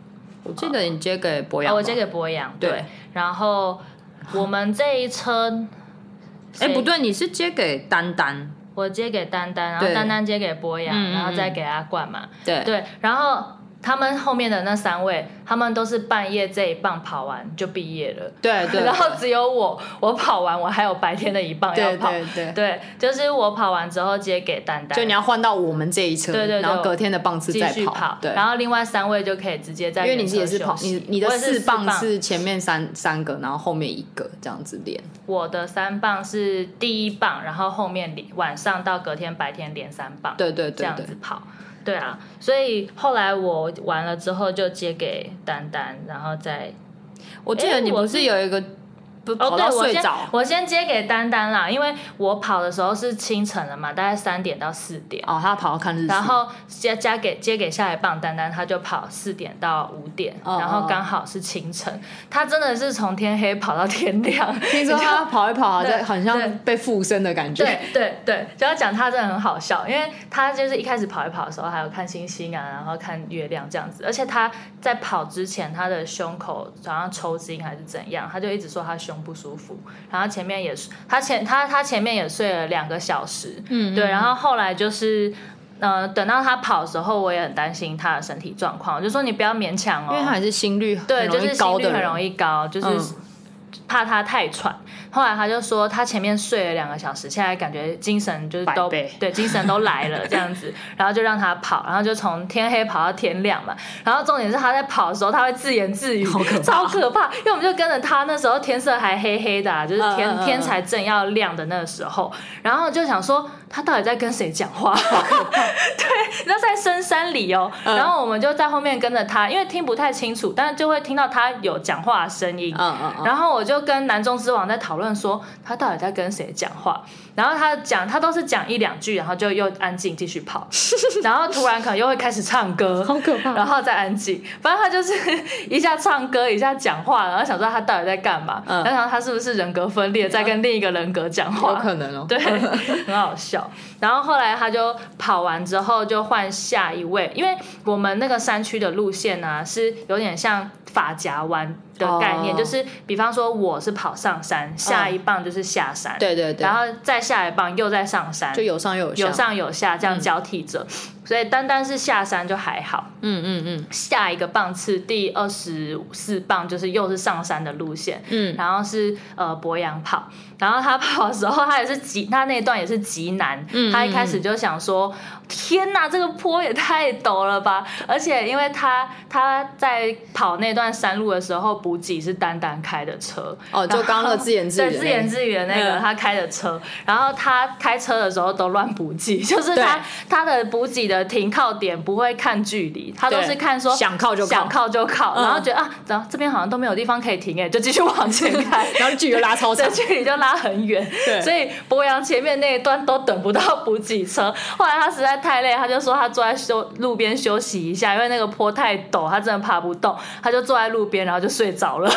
A: 我记得你接给博
B: 啊
A: 洋吧，
B: 我接给博洋
A: 对
B: 对，然后我们这一车
A: 哎
B: 谁
A: 不对，你是接给丹丹，
B: 我接给丹丹，然后
A: 对
B: 丹丹接给博洋，
A: 嗯嗯
B: 然后再给阿冠嘛。
A: 对
B: 对，然后他们后面的那三位，他们都是半夜这一棒跑完就毕业了。
A: 对对
B: 然后只有我，我跑完，我还有白天的一棒要
A: 对
B: 跑。
A: 对对，
B: 对就是我跑完之后接给丹丹，
A: 就你要换到我们这一车，
B: 对对对
A: 然后隔天的棒次
B: 继
A: 再
B: 续跑，
A: 对，
B: 然后另外三位就可以直接在
A: 因为你
B: 原
A: 是也
B: 车
A: 是跑
B: 休，息
A: 你你的
B: 我也是
A: 四棒
B: 棒，
A: 是前面三三个，然后后面一个这样子连。
B: 我的三棒是第一棒，然后后面连晚上到隔天白天连三棒，
A: 对对
B: 这
A: 对
B: 样
A: 对
B: 子，跑。对啊，所以后来我完了之后就接给丹丹，然后再
A: 我记得你不是有一个不跑
B: 哦，对
A: 到
B: 我
A: 睡
B: 先
A: 着
B: 我先接给丹丹啦，因为我跑的时候是清晨了嘛，大概三点到四点，
A: 哦，他跑到看日出
B: 然，后接加给接给下一棒丹丹，他就跑四点到五点，
A: 哦
B: 然后刚好是清晨，他真的是从天黑跑到天亮，
A: 听说他跑一跑啊，
B: 对
A: 在很像
B: 对
A: 被附身的感
B: 对
A: 觉。
B: 对对，就要讲他真的很好笑，因为他就是一开始跑一跑的时候，还有看星星啊，然后看月亮这样子，而且他在跑之前，他的胸口好像抽筋还是怎样，他就一直说他胸不舒服，然后前面也是他前他他前面也睡了两个小时，嗯，对，然后后来就是。呃，等到他跑的时候，我也很担心他的身体状况，我就说你不要勉强哦，
A: 因为他也是心率
B: 对，
A: 很
B: 就
A: 容
B: 是
A: 易高
B: 心率
A: 的
B: 很
A: 人，
B: 容易高，就是、
A: 嗯
B: 怕他太喘。后来他就说，他前面睡了两个小时，现在感觉精神就是都
A: 百倍
B: 对精神都
A: <laughs>
B: 来了这样子，然后就让他跑，然后就从天黑跑到天亮嘛。然后重点是他在跑的时候，他会自言自语，
A: 好可怕
B: 超可怕。因为我们就跟着他，那时候天色还黑黑的、啊，就是天、
A: 嗯嗯嗯
B: 天才正要亮的那个时候，然后就想说他到底在跟谁
A: <laughs>
B: 讲话？那在深山里哦，
A: 嗯
B: 然后我们就在后面跟着他，因为听不太清楚，但是就会听到他有讲话的声音。
A: 嗯嗯嗯，
B: 然后我就跟南中之王在讨论说，他到底在跟谁讲话？然后他讲，他都是讲一两句，然后就又安静继续
A: <laughs>
B: 跑，然后突然可能又会开始唱歌，
A: 好可怕
B: 然后再安静。反正他就是一下唱歌，一下讲话，然后想说他到底在干嘛？
A: 嗯
B: 然后想他是不是人格分裂，在跟另一个人格讲话？
A: 有可能哦。 <laughs>
B: 对，很好笑。然后后来他就跑完之后就换下一位，因为我们那个山区的路线呢、是有点像发夹弯的概念，
A: 哦嗯
B: 就是比方说我是跑上山，下一棒就是下山，
A: 对对对
B: 然，后再下一棒又再上山，
A: 就有嗯上又有下，
B: 有上有下这样交替着。所以单单是下山就还好，
A: 嗯嗯嗯
B: 下一个棒次第二十四棒就是又是上山的路线，
A: 嗯，
B: 然后是呃博洋跑，然后他跑的时候，他也是极，他那一段也是极难。
A: 嗯
B: 他一开始就想说，天哪，这个坡也太陡了吧！而且因为他他在跑那段山路的时候，补给是丹丹开的车，
A: 哦，就刚刚那个自言自语的那
B: 对
A: 个，
B: 自言自语的那个
A: 嗯
B: 他开的车，然后他开车的时候都乱补给， <laughs> 就是他
A: 对
B: 他的补给的停靠点不会看距离，他都
A: 对
B: 是看说
A: 想靠就靠
B: 想靠就靠，
A: 嗯。
B: 然后觉得啊，然后这边好像都没有地方可以停哎，就继续往 <laughs> 前开
A: 然后距离又拉超
B: 这
A: 长，
B: 距离就拉很远
A: 对，
B: 所以博洋前面那一段都等不到补给车。后来他实在太累，他就说他坐在休路边休息一下，因为那个坡太陡，他真的爬不动，他就坐在路边，然后就睡着了。 <laughs>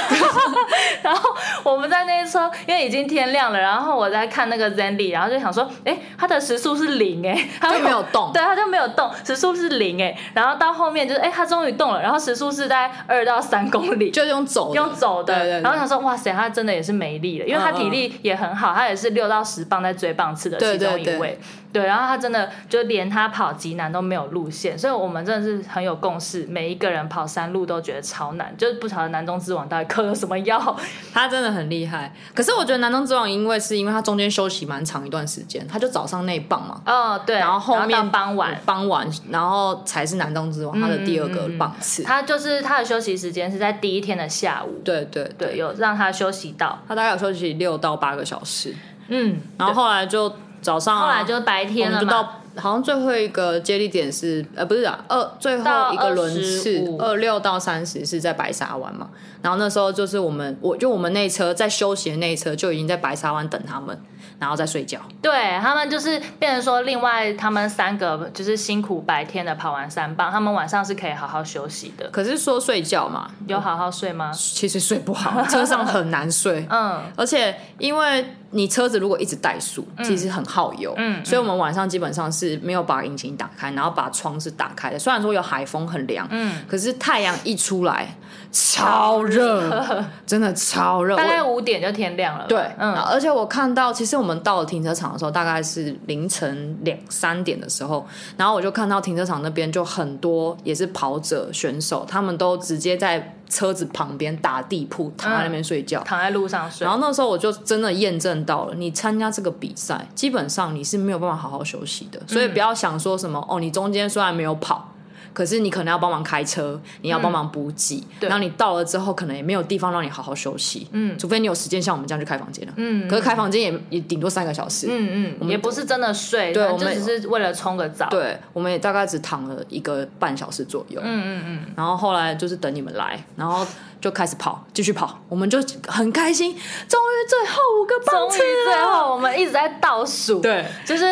B: 然后我们在那一车，因为已经天亮了，然后我在看那个 Zenly，然后就想说，哎，他的时速是零哎，他
A: 就没有动
B: 对，他就没有动，时速是零哎，然后到后面就是哎，他终于动了，然后时速是在二到三公里，
A: 就是用走的
B: 用走的，
A: 对对对嗯
B: 然后想说哇塞，他真的也是没力了，因为他体力也很好，他也是六到十磅在追棒次的
A: 对
B: 其中一位，
A: 对对
B: 对然后他真的就连他跑极难都没有路线，所以我们真的是很有共识，每一个人跑山路都觉得超难，就是不晓得南中之王到底嗑了什么
A: <laughs>
B: 药，
A: 他真的很厉害。可是我觉得南中之王，因为是因为他中间休息蛮长一段时间，他就早上那一棒嘛，
B: 哦对，
A: 然后后面
B: 到傍晚。
A: 傍晚，然后才是南中之王他的第二个棒次。
B: 嗯他就是他的休息时间是在第一天的下午，
A: 对对对，
B: 对，有让他休息到，
A: 他大概有休息六到八个小时，
B: 嗯，
A: 然后后来就早上啊、
B: 后来就是白
A: 我
B: 天
A: 们
B: 了
A: 就
B: 嘛，
A: 到好像最后一个接力点是呃不是啊二最后
B: 到
A: 一个轮次
B: 25
A: 二六到三十是在白沙湾嘛，然后那时候就是我们我就我们那一车在休息的那一车就已经在白沙湾等他们，然后再睡觉。
B: 对他们就是变成说，另外他们三个就是辛苦白天的跑完三棒，他们晚上是可以好好休息的。
A: 可是说睡觉嘛，
B: 有好好睡吗？
A: 其实睡不
B: <laughs>
A: 好，车上很难睡。
B: 嗯，
A: 而且，因为你车子如果一直怠速，其实很耗油，
B: 嗯嗯
A: 所以我们晚上基本上是没有把引擎打开，然后把窗是打开的。虽然说有海风很凉，
B: 嗯，
A: 可是太阳一出来，超热，真的超热。
B: 大概
A: 我
B: 五点就天亮了。
A: 对，然
B: 嗯
A: 后而且我看到，其实我们到了停车场的时候，大概是凌晨两三点的时候，然后我就看到停车场那边就很多也是跑者选手，他们都直接在车子旁边打地铺，躺在那边睡觉。
B: 躺在路上睡
A: 然。后那时候我就真的验证到了，你参加这个比赛，基本上你是没有办法好好休息的，所以不要想说什么、哦，你中间虽然没有跑。可是你可能要帮忙开车，你要帮忙补给，
B: 对
A: 然后你到了之后，可能也没有地方让你好好休息，嗯，除非你有时间像我们这样去开房间了，嗯，可是开房间也也顶多三个小时，
B: 嗯嗯，也不是真的睡，
A: 对
B: 就
A: 我们
B: 只是为了冲个澡。
A: 对，我们也大概只躺了一个半小时左右，嗯嗯嗯，然后后来就是等你们来，然后就开始跑，继续跑，我们就很开心，终于最后五个
B: 终
A: 棒
B: 于
A: 次了，
B: 最后我们一直在倒数，
A: 对，
B: 就是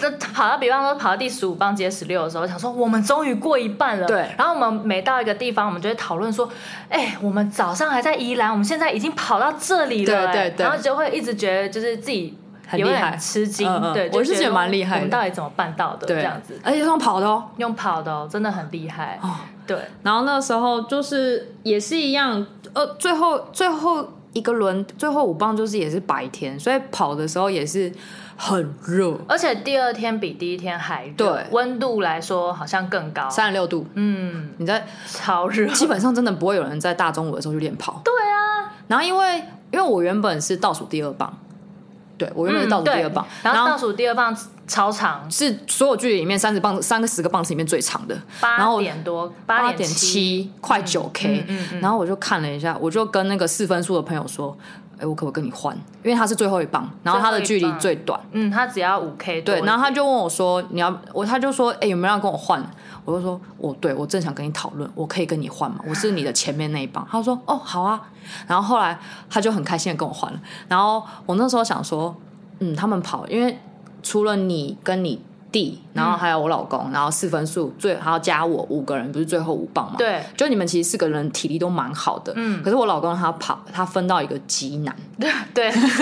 B: 这跑到比方说跑到第十五棒接十六的时候，想说我们终于过一半了，
A: 对
B: 然后我们每到一个地方，我们就会讨论说，哎，我们早上还在宜兰，我们现在已经跑到这里了，
A: 对
B: 哎
A: 对对
B: 然后就会一直觉得就是自己。
A: 很
B: 有
A: 厉
B: 点
A: 害
B: 吃惊，
A: 嗯嗯
B: 对，
A: 我是
B: 就觉
A: 觉得蛮厉害的
B: 我们到底怎么办到的？这样子
A: 而且用跑的哦。
B: 用跑的、哦，真的很厉害。
A: 哦
B: 对，
A: 然后那时候就是也是一样，呃，最后最后一个轮，最后五棒就是也是白天，所以跑的时候也是很热，
B: 而且第二天比第一天还热，
A: 对
B: 温度来说好像更高，
A: 三十六度。
B: 嗯，
A: 你在
B: 超热。
A: <laughs> 基本上真的不会有人在大中午的时候去练跑。
B: 对啊，
A: 然后因为因为我原本是倒数第二棒，对我原本是倒数第二棒，
B: 嗯然
A: 嗯然
B: 后
A: 后
B: 倒数第二棒超长，
A: 是所有距离里面三十棒三个十个棒次里面最长的，然
B: 八
A: 后
B: 点多，
A: 八
B: 点
A: 点，嗯七，快九 K，、然后我就看了一下，我就跟那个四分数的朋友说，哎、我可不可以跟你换？因为他是最后一棒，然后他的距
B: 最
A: 离
B: 后一棒
A: 最短，
B: 嗯，他只要五 K
A: 对，然后他
B: 就
A: 就问我说，你要我，他就说，哎、有没有人要跟我换？我就说，我对我正想跟你讨论，我可以跟你换吗？我是你的前面那一棒。他说，哦，好啊。然后后来他就很开心的跟我换了。然后我那时候想说，嗯，他们跑，因为除了你跟你弟，然后还有我老公，然后四分数最还要加我五个人，不是最后五棒吗？
B: 对
A: 就你们其实四个人体力都蛮好的，嗯，可是我老公他跑，他分到一个极难， <laughs>
B: 对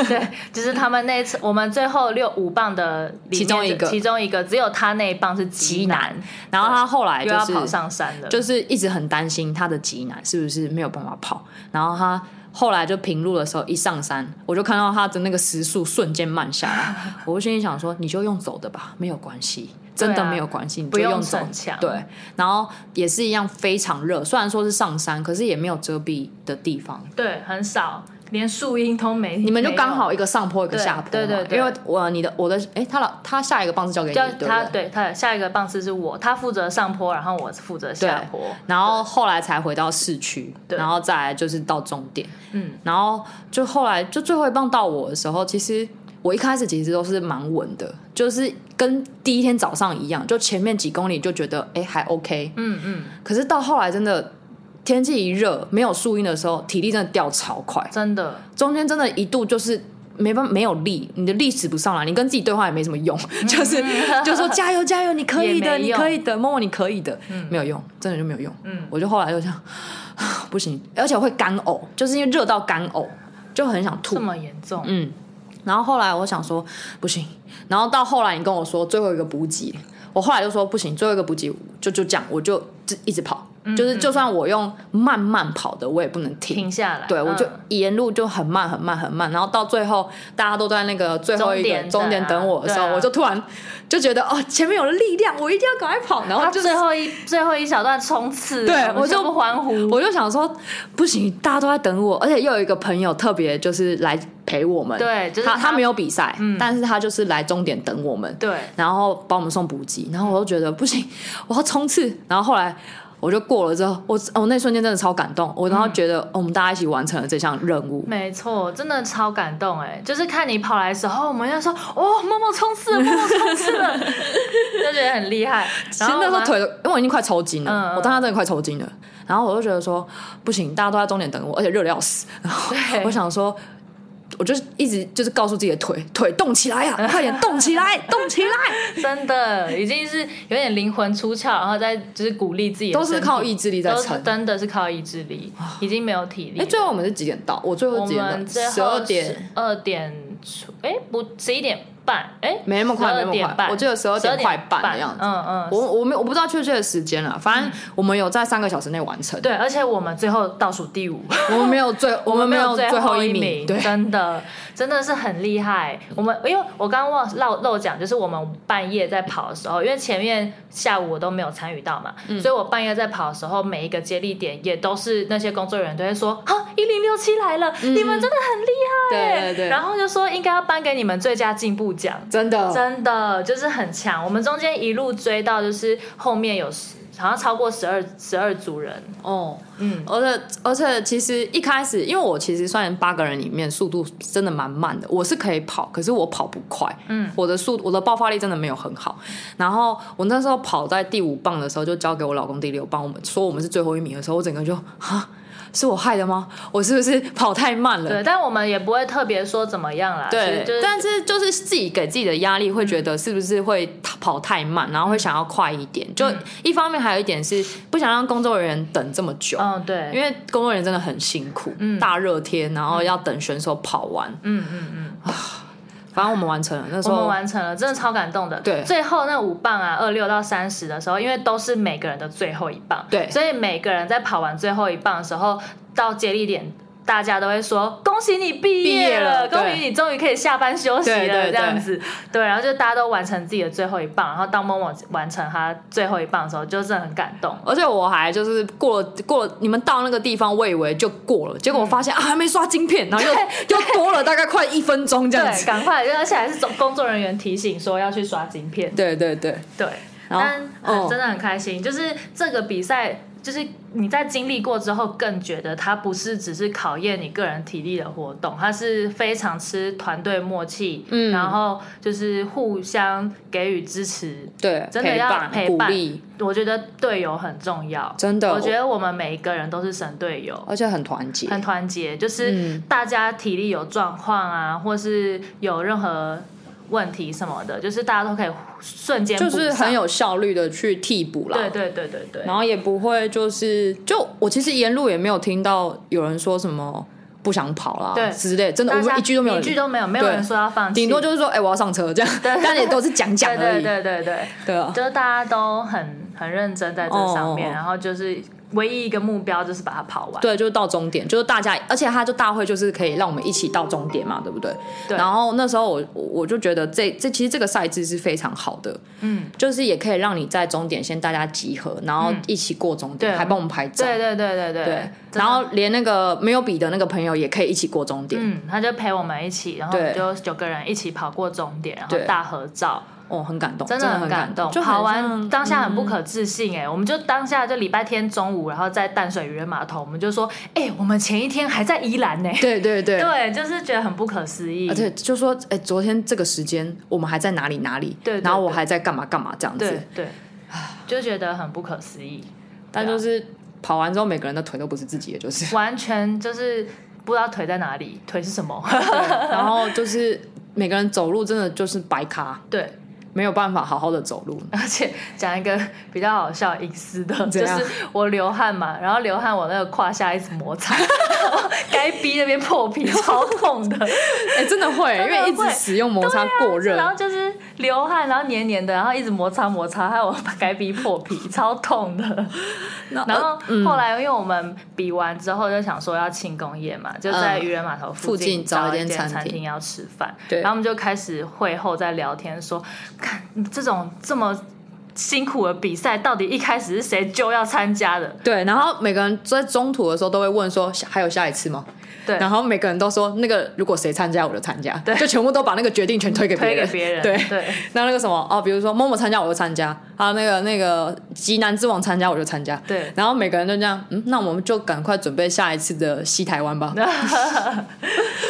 B: 对，就是他们那一次，我们最后六五棒的里面
A: 其中一个
B: 其中一个只有他那一棒是极难，
A: 然后他后来
B: 又
A: 就
B: 要
A: 是
B: 跑上山了，
A: 就是一直很担心他的极难是不是没有办法跑，然后他后来就平路的时候一上山，我就看到他的那个时速瞬间慢下来，
B: <laughs>
A: 我就心里想说你就用走的吧，没有关系，真
B: 对
A: 的
B: 啊
A: 没有关系，你
B: 不
A: 就
B: 用
A: 用走
B: 逞强
A: 对，然后也是一样非常热，虽然说是上山，可是也没有遮蔽的地方，
B: 对，很少，连树荫都没，
A: 你们就
B: 没有
A: 刚好一个上坡一个
B: 对
A: 下坡嘛，
B: 对对对
A: 因为我你的我的哎他老他下一个棒是交给你，
B: 叫
A: 对不
B: 他
A: 对
B: 对他下一个棒次是我，他负责上坡，然后我负责下
A: 对
B: 坡。
A: 然后后来才回到市区，
B: 对
A: 然后再来就是到终点，
B: 嗯，
A: 然后就后来就最后一棒到我的时候，其实我一开始其实都是蛮稳的，就是跟第一天早上一样，就前面几公里就觉得哎还 OK，
B: 嗯嗯，
A: 可是到后来真的天气一热，没有树荫的时候，体力真的掉超快，
B: 真的，
A: 中间真的一度就是。没办法，没有力，你的力使不上来，你跟自己对话也没什么用，就是就说加油加油，你可以的，
B: 嗯也没
A: 你
B: 用
A: 可以的，默默你可以的，没有用，真的就没有用。
B: 嗯，
A: 我就后来就想，啊不行，而且我会干呕，就是因为热到干呕，就很想吐
B: 这。么严重，
A: 嗯，然后后来我想说不行，然后到后来你跟我说最后一个补给，我后来就说不行，最后一个补给就就这样，我就就一直跑，就是就算我用慢慢跑的，我也不能停。
B: 嗯停下来。
A: 对，我就
B: 嗯
A: 沿路就很慢很慢很慢，然后到最后大家都在那个最后一个
B: 终点等啊
A: 终点等我的时候，
B: 对啊
A: 我就突然就觉得哦，前面有了力量，我一定要赶快跑，然后
B: 他
A: 就
B: 最后一最后一小段冲刺，
A: 对
B: 们
A: 我就
B: 就不欢呼。
A: 我就想说，不行，大家都在等我，而且又有一个朋友特别就是来陪我们，
B: 对就是
A: 他
B: 他嗯
A: 没有比赛，但是他就是来终点等我们，
B: 对，
A: 然后帮我们送补给，然后我就觉得不行，我要冲刺，然后后来。我就过了之后，我我那瞬间真的超感动，我
B: 嗯
A: 然后觉得、哦我们大家一起完成了这项任务，
B: 没错，真的超感动哎！就是看你跑来的时候，我们就说哦，默默冲
A: <laughs>
B: 刺了，默默冲刺了，就觉得很厉害。
A: 其
B: 然
A: 实
B: 后
A: 那时
B: 我
A: 候
B: 们
A: 腿都，因为我已经快抽筋了，
B: 嗯嗯
A: 我当时真的快抽筋了。然后我就觉得说，不行，大家都在终点等我，而且热的要死。然后
B: 对
A: 我想说，我就是一直就是告诉自己的腿，腿动起来呀、快点动起来，动起来，
B: 真的已经是有点灵魂出窍，然后再就是鼓励自己的
A: 都
B: 身体，
A: 是靠意志力在
B: 都
A: 撑
B: 是。真的是靠意志力，已经没有体力
A: 哎，
B: 了。
A: 最后我们是几点到？我最后
B: 我
A: 几点
B: 们
A: 到？
B: 最
A: 十
B: 后
A: 二点，
B: 二点出，哎、不，十一点半，哎、
A: 没那么快，没那
B: 12
A: 么
B: 点
A: 快
B: 半，，
A: 我记得十二
B: 点
A: 点快半的样子。
B: 嗯嗯。
A: 我我没有我不知道确切的时间了，反正我们有在三个小时内完成，
B: 对，而且我们最后倒数第五，
A: 我们没有
B: <laughs>
A: 最我们没有最后一名，
B: 名，
A: 对，
B: 真的真的是很厉害。我们因为我刚刚忘漏漏讲，就是我们半夜在跑的时候，因为前面下午我都没有参与到嘛，
A: 嗯
B: 所以我半夜在跑的时候，每一个接力点也都是那些工作人员都会说：“
A: 嗯
B: 好，一零六七来了，你们真的很厉害。”
A: 对对对
B: 然后就说应该要颁给你们最佳进步奖，
A: 真的
B: 真的就是很强。我们中间一路追到，就是后面有十好像超过十二十二组人，
A: 哦，
B: 嗯
A: 嗯，而且而且其实一开始，因为我其实算八个人里面速度真的蛮慢的，我是可以跑，可是我跑不快，嗯，我的速我的爆发力真的没有很好。然后我那时候跑在第五棒的时候，就交给我老公第六棒，我们说我们是最后一名的时候，我整个就啊，是我害的吗？我是不是跑太慢了？
B: 对，但我们也不会特别说怎么样啦，其实
A: 对，
B: 就是
A: 但是就是自己给自己的压力，会觉得是不是会跑太慢，然后会想要快一点。就
B: 嗯
A: 一方面还有一点是不想让工作人员等这么久，
B: 嗯，对，
A: 因为工作人员真的很辛苦，
B: 嗯
A: 大热天，然后要等选手跑完，嗯嗯嗯，反正我们完成了，那时
B: 我们
A: 候
B: 完成了，真的超感动的。
A: 对
B: 最后那五棒啊，二六到三十的时候，因为都是每个人的最后一棒，
A: 对
B: 所以每个人在跑完最后一棒的时候，到接力点大家都会说恭喜你毕业
A: 毕业了对
B: 恭喜你终于可以下班休息了，
A: 对对对
B: 这样子。对，然后就大家都完成自己的最后一棒，然后当默默完成他最后一棒的时候，就真的很感动。
A: 而且我还就是过了过了，你们到那个地方，我以为就过了，结
B: 嗯
A: 果我发现、啊还没刷晶片，然后又又多了大概快一分钟这样
B: 对，
A: 子。
B: 赶快，而且还是总工作人员提醒说要去刷晶片。
A: 对对对，
B: 对，
A: 然后
B: 但、
A: 嗯
B: 嗯、真的很开心，就是这个比赛。就是你在经历过之后，更觉得它不是只是考验你个人体力的活动，它是非常吃团队默契，
A: 嗯
B: 然后就是互相给予支持。
A: 对，
B: 真的
A: 陪
B: 要
A: 伴
B: 陪
A: 鼓
B: 伴
A: 励，
B: 我觉得队友很重要，
A: 真的
B: 我觉得我们每一个人都是神队友，
A: 而且很团结。
B: 很团结，就是
A: 嗯
B: 大家体力有状况啊，或是有任何问题什么的，就是大家都可以瞬间
A: 就
B: 补
A: 是
B: 上
A: 很有效率的去替补啦，
B: 对对对对对，
A: 然后也不会就是就我其实沿路也没有听到有人说什么不想跑啦
B: 对
A: 之类，真的
B: 大
A: 我
B: 家
A: 一句都没有
B: 一句都没有，没有
A: 对
B: 人说要放弃，
A: 顶多就是说哎、我要上车这样， <laughs> 但也都是讲讲
B: 对
A: 而
B: 对
A: 已，
B: 对对对，
A: 对啊，
B: 就是大家都很很认真在这上面，
A: 哦哦哦
B: 然后就是唯一一个目标就是把它跑完，
A: 对，就是到终点，就是大家，而且他就大会就是可以让我们一起到终点嘛，对不对？
B: 对
A: 然后那时候我我我就觉得这这其实这个赛制是非常好的，
B: 嗯，
A: 就是也可以让你在终点先大家集合，然后一起过终点，
B: 对
A: 还帮我们拍照。
B: 对对对对
A: 对
B: 对，真的
A: 然后连那个没有比的那个朋友也可以一起过终点，
B: 嗯，他就陪我们一起，然后我们
A: 对
B: 就九个人一起跑过终点，然后
A: 对
B: 大合照，
A: 哦，很感动，
B: 真
A: 真
B: 的
A: 很嗯
B: 很感动。
A: 就
B: 跑
A: 好
B: 完当下很不可置信哎、我们就当下就礼拜天中午，然后在淡水渔人码头，我们就说哎、我们前一天还在宜兰呢、
A: 对对对。
B: 对，就是觉得很不可思议。
A: 而且就说，哎、昨天这个时间我们还在哪里哪里，
B: 对对
A: 然后我
B: 对
A: 还在干嘛干嘛这样子啊
B: 对，对，就觉得很不可思议，
A: 但
B: 啊
A: 就是跑完之后，每个人的腿都不是自己的，就是
B: 完全就是不知道腿在哪里，腿是什么。 <laughs>
A: 然后就是每个人走路真的就是白卡，
B: 对，
A: 没有办法好好的走路。
B: 而且讲一个比较好笑隐私的，
A: 怎
B: 就
A: 样
B: 是我流汗嘛，然后流汗我那个胯下一直摩擦， <laughs> 然后该逼那边破皮，超痛的。
A: 哎、真的会，因
B: 的
A: 为一直
B: 会啊
A: 使用 <laughs> 摩擦过热，
B: 然后就是流汗，然后黏黏的，然后一直摩擦摩擦，害我把该逼破皮，超痛的。 <laughs> 然后
A: 嗯
B: 后来，因为我们比完之后就想说要庆功宴嘛，就在
A: 嗯
B: 渔人码头
A: 附
B: 近
A: 近找
B: 找
A: 一
B: 一
A: 间餐
B: 餐
A: 厅
B: 厅要吃饭，
A: 对
B: 然后我们就开始会后在聊天说，看这种这么。辛苦的比赛到底一开始是谁就要参加的？
A: 对，然后每个人在中途的时候都会问说下还有下一次吗？
B: 对，
A: 然后每个人都说那个如果谁参加我就参加，就全部都把那个决定权推给别
B: 推给
A: 人，
B: 别人，
A: 对。
B: 对，
A: <laughs> 那那个什么哦，比如说某某参加我就参加，还有那个那个极南之王参加我就参加，
B: 对
A: 然后每个人都这样，嗯，那我们就赶快准备下一次的西台湾
B: <laughs>
A: 吧。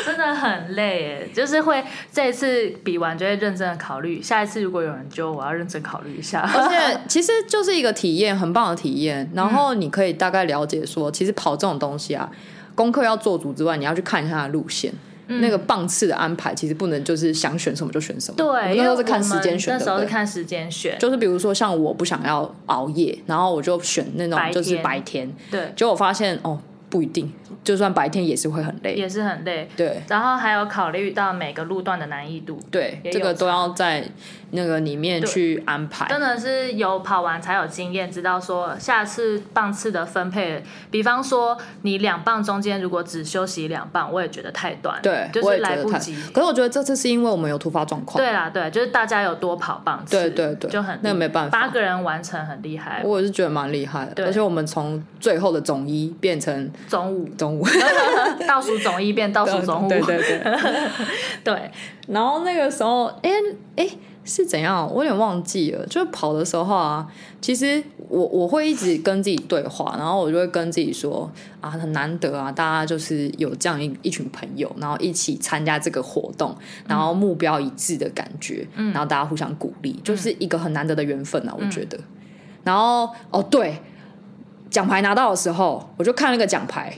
B: 真的很累耶，就是会这一次比完就会认真的考虑，下一次如果有人揪，我要认真考虑一下。
A: 而且其实就是一个体验，很棒的体验。然后
B: 嗯
A: 你可以大概了解说，其实跑这种东西啊，功课要做足之外，你要去看一下它的路线。
B: 嗯
A: 那个棒次的安排其实不能就是想选什么就选什么，我
B: 对，
A: 们那
B: 因为
A: 时
B: 我
A: 候是
B: 们
A: 看时间选
B: 那
A: 的。
B: 时候
A: 对
B: 是
A: 不对
B: 看时间选，
A: 就是比如说像我不想要熬夜，然后我就选那种
B: 白
A: 就是
B: 天
A: 白天，
B: 对，
A: 结果我发现哦不一定，就算白天也是会很累。
B: 也是很累。
A: 对
B: 然后还有考虑到每个路段的难易度，
A: 对，
B: 也
A: 这个
B: 有
A: 都要在那个里面去安排。
B: 真的是有跑完才有经验，知道说下次棒次的分配。比方说你两棒中间如果只休息两棒，我也觉得太短，
A: 对，
B: 就
A: 我
B: 是
A: 也觉
B: 来
A: 得
B: 不
A: 太
B: 及。
A: 可是我觉得这次是因为我们有突发状况。
B: 对啦，对，就是大家有多跑棒次，
A: 对对对
B: 就很厉
A: 那个没办法
B: 八个人完成很厉害，
A: 我也是觉得蛮厉害的，
B: 对
A: 而且我们从最后的总一变成
B: 中午 <laughs>
A: 中午，
B: 倒数总一变
A: <laughs>
B: 倒数总五，
A: 对对对。
B: <laughs> 对
A: 然后那个时候，哎、哎、是怎样？我有点忘记了。就是跑的时候啊，其实我我会一直跟自己对话，然后我就会跟自己说啊，很难得啊，大家就是有这样一一群朋友，然后一起参加这个活动，然后目标一致的感觉，然后大家互相鼓励，就是一个很难得的缘分啊，我觉得。然后哦，对，奖牌拿到的时候，我就看那个奖牌，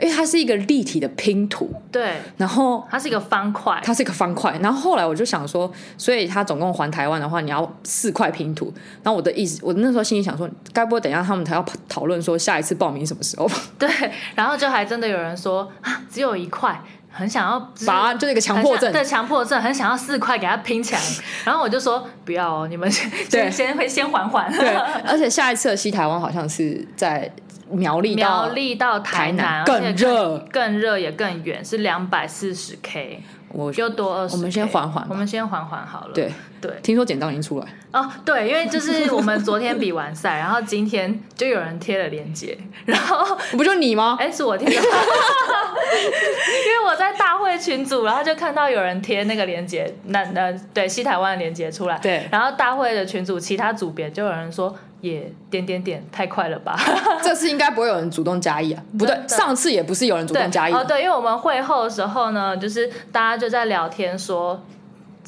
A: 因为它是一个立体的拼图，
B: 对，
A: 然后
B: 它是一个方块，
A: 它是一个方块。然后后来我就想说，所以它总共还台湾的话，你要四块拼图。然后我的意思，我那时候心里想说，该不会等一下他们才要讨论说下一次报名什么时候 <laughs> 吧？
B: 对，然后就还真的有人说啊，只有一块，很想要就是
A: 把它就是一个强
B: 很
A: 迫
B: 想
A: 症。
B: 对强迫症，很想要四块给它
A: <laughs>
B: 拼起来，然后我就说不要哦，你们先
A: 对
B: <laughs> 先先会先缓缓，
A: 对，而且下一次的西台湾好像是在苗栗到
B: 苗栗到台南
A: 台南
B: 而且
A: 更热
B: 更热也更远，是两百四十 K，
A: 我
B: 就多二十。
A: 我们先缓缓吧
B: 我们先缓缓好了。
A: 对
B: 对
A: 听说剪刀已经出来，
B: 哦，对，因为就是我们昨天比完赛，然后今天就有人贴了链接，然后
A: 不就你
B: <laughs>
A: 吗？
B: 哎，是我
A: <laughs>
B: 贴的，因为我在大会群组，然后就看到有人贴那个链接，那那对西台湾的链接出来，
A: 对
B: 然后大会的群组其他组别就有人说也点点点太快了吧，
A: 这次应该不会有人主动加一
B: <laughs>
A: 啊，不对，
B: 的
A: 上次也不是有 <laughs> 人主动加一
B: 对，哦，对，因为我们会后的时候呢，就是大家就在聊天说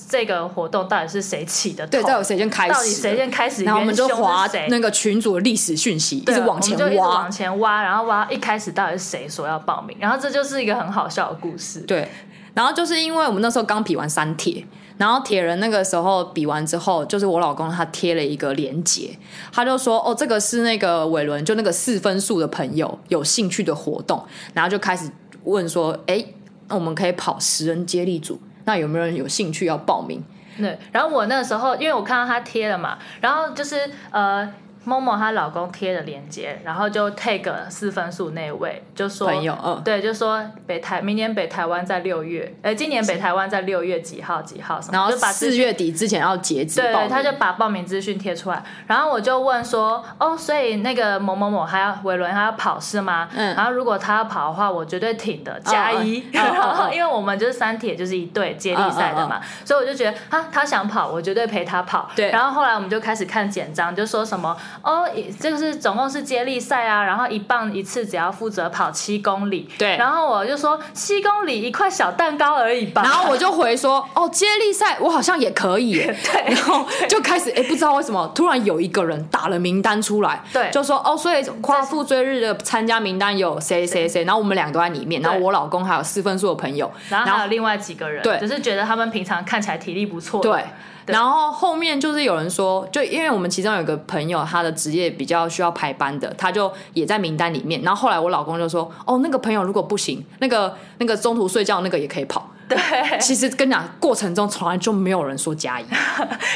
B: 这个活动到底是谁起的头，
A: 对，到底谁先开始？
B: 到底谁先开始，
A: 然后我们就
B: 元凶是
A: 划
B: 谁
A: 那个群组的历史讯息，一
B: 对
A: 直往前
B: 我们就一直
A: 挖
B: 往。前挖，然后挖一开始到底是谁说要报名，然后这就是一个很好笑的故事。
A: 对，然后就是因为我们那时候刚比完三铁，然后铁人那个时候比完之后，就是我老公他贴了一个链接，他就说哦，这个是那个伟伦，就那个四分数的朋友有兴趣的活动，然后就开始问说，哎，我们可以跑十人接力组，那有没有人有兴趣要报名？
B: 哦对，然后我那个时候，因为我看到他贴了嘛，然后就是呃。某某她老公贴的链接，然后就 tag 四分数那位，就说
A: 朋友嗯
B: 对，就说北台明年北台湾在六月，呃，今年北台湾在六月几号几号什么，
A: 然后
B: 就把资
A: 四月底之前要截止
B: 对
A: 报名，
B: 他就把报名资讯贴出来，然后我就问说，哦，所以那个某某某还要伟伦还要跑是吗？
A: 嗯
B: 然后如果他要跑的话，我绝对挺的，加一。
A: 哦哦
B: 然
A: 哦
B: <laughs> 后因为我们就是三铁就是一队接力赛的嘛，所以我就觉得啊，他想跑，我绝对陪他跑。
A: 对
B: 然后后来我们就开始看简章，就说什么哦，一这个是总共是接力赛啊，然后一棒一次只要负责跑七公里。
A: 对
B: 然后我就说七公里一块小蛋糕而已吧。
A: 然后我就回说：“哦，接力赛我好像也可以耶。”
B: <laughs> 对
A: 然后就开始哎，不知道为什么突然有一个人打了名单出来，
B: 对
A: 就说：“哦，所以夸父追日的参加名单有谁谁谁。”然后我们俩都在里面，然后我老公还有四分数的朋友，
B: 然后还有另外几个人，
A: 对
B: 只是觉得他们平常看起来体力不错，
A: 对。然后后面就是有人说，就因为我们其中有一个朋友，他的职业比较需要排班的，他就也在名单里面。然后后来我老公就说：“哦，那个朋友如果不行，那个那个中途睡觉那个也可以跑。”
B: 对，
A: 其实跟你讲，过程中从来就没有人说加一，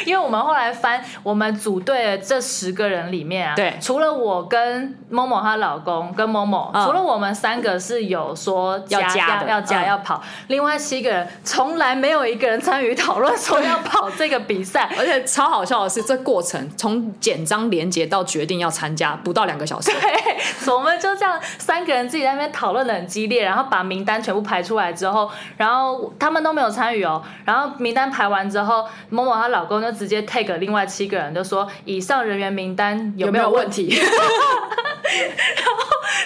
B: 因为我们后来翻我们组队的这十个人里面啊，
A: 对
B: 除了我跟某某她老公跟某某，
A: 嗯
B: 除了我们三个是有说
A: 要加
B: 加
A: 的
B: 要加
A: 嗯
B: 要跑，另外七个人从来没有一个人参与讨论说要跑这个比赛，
A: 而且超好笑的是，这过程从简章连接到决定要参加，不到两个小时。
B: <laughs> 我们就这样三个人自己在那边讨论的很激烈，然后把名单全部排出来之后，然后他们都没有参与哦。然后名单排完之后，某某她老公就直接 take 另外七个人，就说以上人员名单有
A: 有没
B: 没
A: 有
B: 有问
A: 问
B: 题？
A: 题？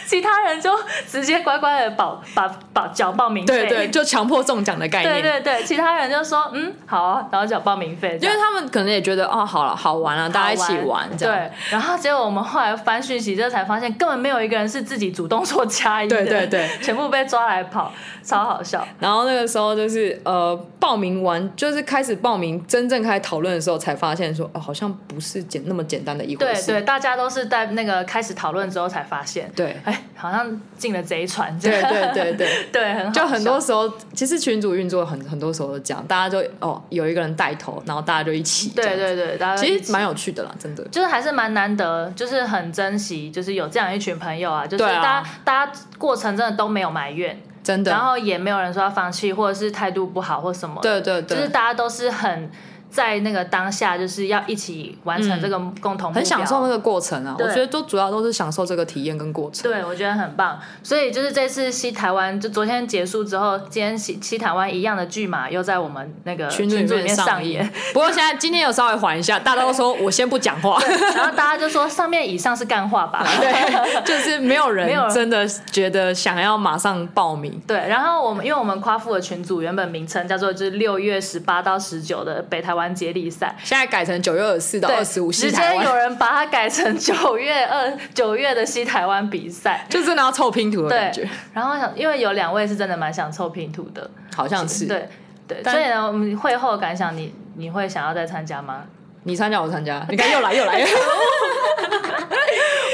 B: 其他人就直接乖乖的保把把缴报名费。
A: 对 <laughs>
B: <laughs>
A: 对，就强迫中奖的概念。
B: 对对对其他人就说嗯好啊，然后缴报名费这
A: 因
B: 样。
A: 为他们可能也觉得哦，好了，好玩啊，大家一起玩这样。
B: 对，然后结果我们后来翻讯息，这才发现根本没有一个人是自己主动做加一的，
A: 对对对，
B: 全部被抓来跑，超好笑。
A: 然后那个时候就是呃，报名完就是开始报名，真正开始讨论的时候，才发现说哦，好像不是简那么简单的一回
B: 对
A: 事。
B: 对，大家都是在那个开始讨论之后才发现，
A: 对
B: 哎，好像进了贼船这
A: 对
B: 样，
A: 对对对。
B: <laughs> 对，很好
A: 就很多
B: 笑
A: 时候，其实群组运作很很多时候都这样，大家就哦有一个人带头，然后大家就一起这样。
B: 对对对，大家
A: 其实蛮有趣的啦，真的。
B: 就是还是蛮难得，就是很珍惜，就是有这样一群朋友啊，就是
A: 对啊
B: 大家、大家过程真的都没有埋怨，
A: 真的。
B: 然后也没有人说要放弃或者是态度不好或什么的，
A: 对对对，
B: 就是大家都是很在那个当下，就是要一起完成这个共同目标，
A: 嗯很享受那个过程啊。我
B: 对
A: 觉得都主要都是享受这个体验跟过程。
B: 对，我觉得很棒。所以就是这次西台湾，就昨天结束之后，今天西西台湾一样的剧码又在我们那个
A: 群
B: 组
A: 组里
B: 面
A: 面
B: 上
A: 上映。，不过现在今天有稍微缓一下，大家都说我先不讲话，
B: 然后大家就说上面以上是干话吧。
A: <laughs> 对，就是没有
B: 没
A: 人
B: 有人
A: 真的觉得想要马上报名。
B: 对，然后我们因为我们夸父的群组原本名称叫做就是六月十八到十九的北台湾接力赛，
A: 现在改成九月二十四到
B: 对，
A: 二十五，
B: 直
A: 西
B: 接
A: 台
B: 有
A: 湾，
B: 人把它改成九月二九月的西台湾比赛。
A: <laughs> 就真的要凑拼图的
B: 对
A: 感觉，，
B: 然后想因为有两位是真的蛮想凑拼图的，
A: 好像是。
B: 对对，
A: 但
B: 所以呢，我们会后感想你你会想要再参加吗？
A: 你参加，我参加，你看又来又来。
B: <laughs>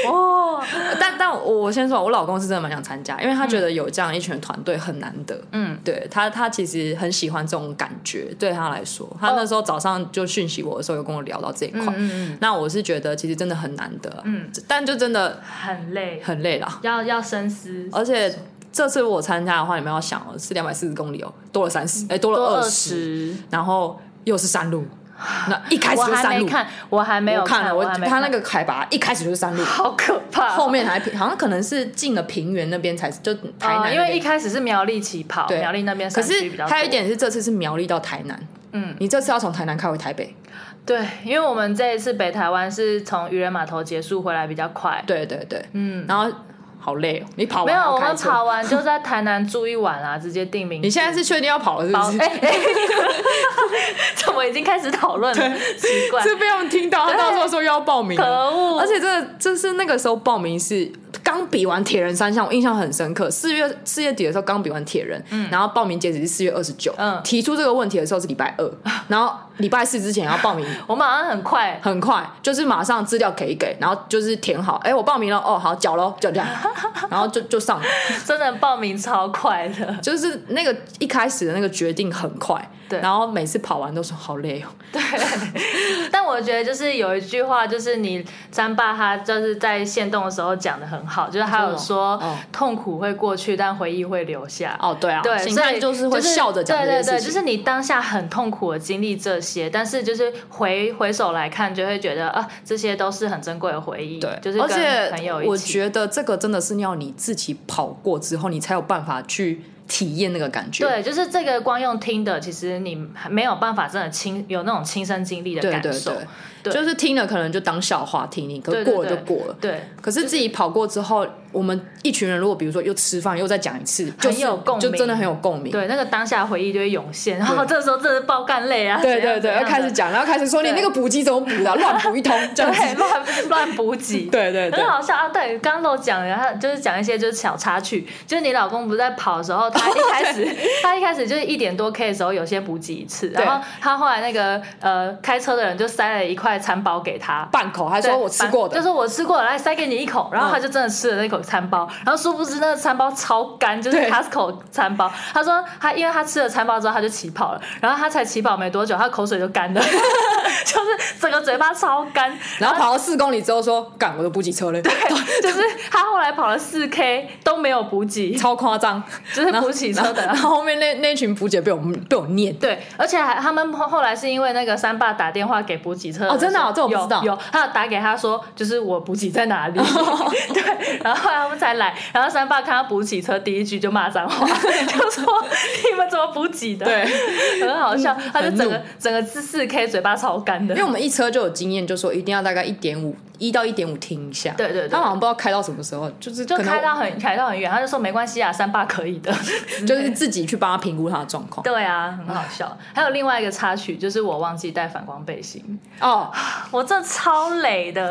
B: 哦，
A: <laughs> 但但但我我先说，我老公是真的蛮想参加，因为他觉得有这样一群团队很难得。
B: 嗯，
A: 对他，他其实很喜欢这种感觉，对他来说，他那时候早上就讯息我的时候，有跟我聊到这一块。
B: 哦嗯嗯
A: 那我是觉得其实真的很难得、啊
B: 嗯，
A: 但就真的
B: 很累，
A: 很累啦。
B: 要要深思，
A: 而且这次我参加的话，你们要想哦，是两百四十公里哦，多了三十，哎，多
B: 嗯多
A: 了
B: 二
A: 二十，
B: 十。
A: 然后又是山
B: <sighs>
A: 路，那一开始
B: 我
A: 就是
B: 还
A: 山
B: 没
A: 路，
B: 看，我还没有
A: 我看了，我
B: 还没
A: 他那个海拔一开始就是山路，
B: 好可怕哦，
A: 后面还平好像可能是进了平原那边才就台
B: 哦
A: 南那边、
B: 因为一开始是苗栗起跑，
A: 对
B: 苗栗那边
A: 可
B: 山区比
A: 是
B: 较多
A: 还有一，点是这次是苗栗到台南，
B: 嗯，
A: 你这次要从台南开回台北，
B: 对，因为我们这一次北台湾是从渔人码头结束回来比较快，
A: 对对对，
B: 嗯，
A: 然后好累哦，你跑完
B: 没
A: 还
B: 有，
A: 要
B: 我
A: 开
B: 们
A: 车
B: 跑，完就在台南住一晚啦，直接定名字。
A: 你现在是确定要跑了是
B: 包
A: 不是？
B: 哎哎， <laughs> 怎么已经开始讨论了？奇 <laughs> 怪，
A: 这被我们听到，他到时候说又要报名
B: 可
A: 了。
B: 恶！
A: 而且这就是那个时候报名是刚比完铁人三项，我印象很深刻。四月四月底的时候刚比完铁人，然后报名截止是四月二十九。
B: 嗯
A: 提出这个问题的时候是礼拜
B: <laughs>
A: 二，然后礼拜四之前要报名，
B: 我们好像很快，
A: 很快就是马上资料给一给，然后就是填好，哎、我报名了，哦，好缴喽，就
B: <laughs>
A: 这样，然后就就上了。
B: 真的报名超快的， <laughs>
A: 就是那个一开始的那个决定很快，
B: 对
A: 然后每次跑完都说好累哦，
B: 但我觉得就是有一句话，就是你詹爸他就是在现动的时候讲的很好，就是他有说、
A: 哦
B: 痛苦会过去，但回忆会留下。
A: 哦，对啊，
B: 对，
A: 形
B: 所
A: 象
B: 以
A: 就是会笑着讲这
B: 对
A: 件
B: 对
A: 事
B: 对，
A: 情，
B: 就是你当下很痛苦的经历这些，但是就是回回首来看，就会觉得啊，这些都是很珍贵的回忆。
A: 对，
B: 就是
A: 而
B: 跟朋友
A: 且我
B: 一起。
A: 觉得这个真的是要你自己跑过之后，你才有办法去体验那个感觉。
B: 对，就是这个光用听的，其实你没有办法真的亲有那种亲身经历的
A: 对
B: 感
A: 对
B: 受
A: 对。，
B: 对
A: 就是听了可能就当笑话听听，可
B: 对对
A: 过了就
B: 对
A: 过了。
B: 对，
A: 可是自己跑过之后，我们一群人如果比如说又吃饭又再讲一次，就是
B: 有共鸣
A: 就真的很有共鸣。
B: 对，那个当下回忆就会涌现，然后这时候真的是爆干泪啊！
A: 对
B: 怎
A: 对
B: 样
A: 对，要开始。讲，然后开始说你
B: 对
A: 那个补给怎么补
B: <laughs>
A: 的啊，乱补一通这
B: 怎
A: 样
B: 样的对，
A: 子。
B: 乱乱补给，
A: 对对对
B: 很，好笑啊！对，刚刚漏讲了，他就是讲一些就是小插曲，就是你老公不是在跑的时候，他一开始他一开始就是一点多 K 的时候有些补给一次，
A: 对
B: 然后他后来那个呃开车的人就塞了一块餐包给他，
A: 半口还
B: 对
A: 说我吃过
B: 反就
A: 的，
B: 说我吃过的，来塞给你一口，然后
A: 嗯
B: 他就真的吃了那口餐包，然后殊不知那个餐包超干，就是
A: 对
B: Costco 餐包。他说他因为他吃了餐包之后他就起跑了，然后他才起跑没多久，他口水就干了， <laughs> 就是整个嘴巴超干。
A: 然后跑到四公里之后说，干我的补给车嘞，
B: 就是他后来跑了四 K 都没有补给，
A: 超夸张。
B: 就是补给车的啊
A: 然。后后面那那群补姐被我们被我念，
B: 对，而且还他们后后来是因为那个三爸打电话给补给车
A: 哦真的哦
B: 说
A: 这我不知道
B: 有有，他有打给他说，就是我补给在
A: <laughs>
B: 哪里，对，然后后来他们才来，然后三爸看到补给车第一句就骂脏
A: <laughs>
B: 话，就说你们怎么补给的？，
A: 对，嗯
B: 很好笑，他就整
A: 很
B: 个整个四四 K 嘴巴超干的
A: 因为，我们一车就有经验，就说一定要大概一点五一到一点五听一下，
B: 对对对
A: 他好像不知道开到什么时候，就是
B: 就
A: 可
B: 开
A: 能
B: 到很开到很远，他就说没关系啊，三爸可以
A: <laughs>
B: 的。
A: 就是自己去帮他评估他的状况。
B: 对啊，很好笑。还有另外一个插曲，就是我忘记带反光背心，
A: 哦，
B: 我真的超累的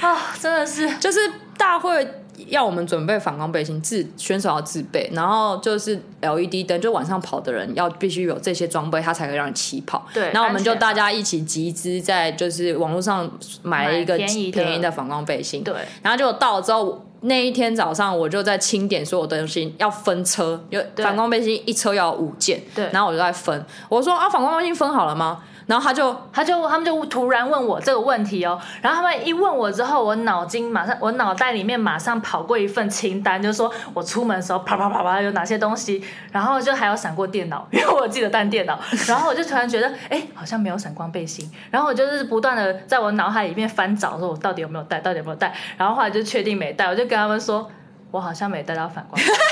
B: 啊，真的是
A: 就是大会要我们准备反光背心，自选手要自备，然后就是 LED 灯，就晚上跑的人要必须有这些装备，他才可以让你起跑。
B: 对
A: 然后我们就
B: 安全啊
A: 大家一起集资，在就是网络上买了一个
B: 买便宜的
A: 便宜的反光背心，
B: 对。
A: 然后就到了之后。那一天早上，我就在清点所有东西，要分车，因为
B: 对
A: 反光背心一车要有五件，
B: 对
A: 然后我就在分，我说啊，反光背心分好了吗？然后他就
B: 他就他们就突然问我这个问题哦，然后他们一问我之后，我脑筋马上，我脑袋里面马上跑过一份清单，就是说我出门的时候啪啪啪啪有哪些东西，然后就还有闪过电脑，因 <laughs> 为我有记得带电脑，然后我就突然觉得，哎，好像没有闪光背心，然后我就是不断的在我脑海里面翻找，说我到底有没有带，到底有没有带，然后后来就确定没带，我就跟他们说，我好像没带到反光镜。 <laughs>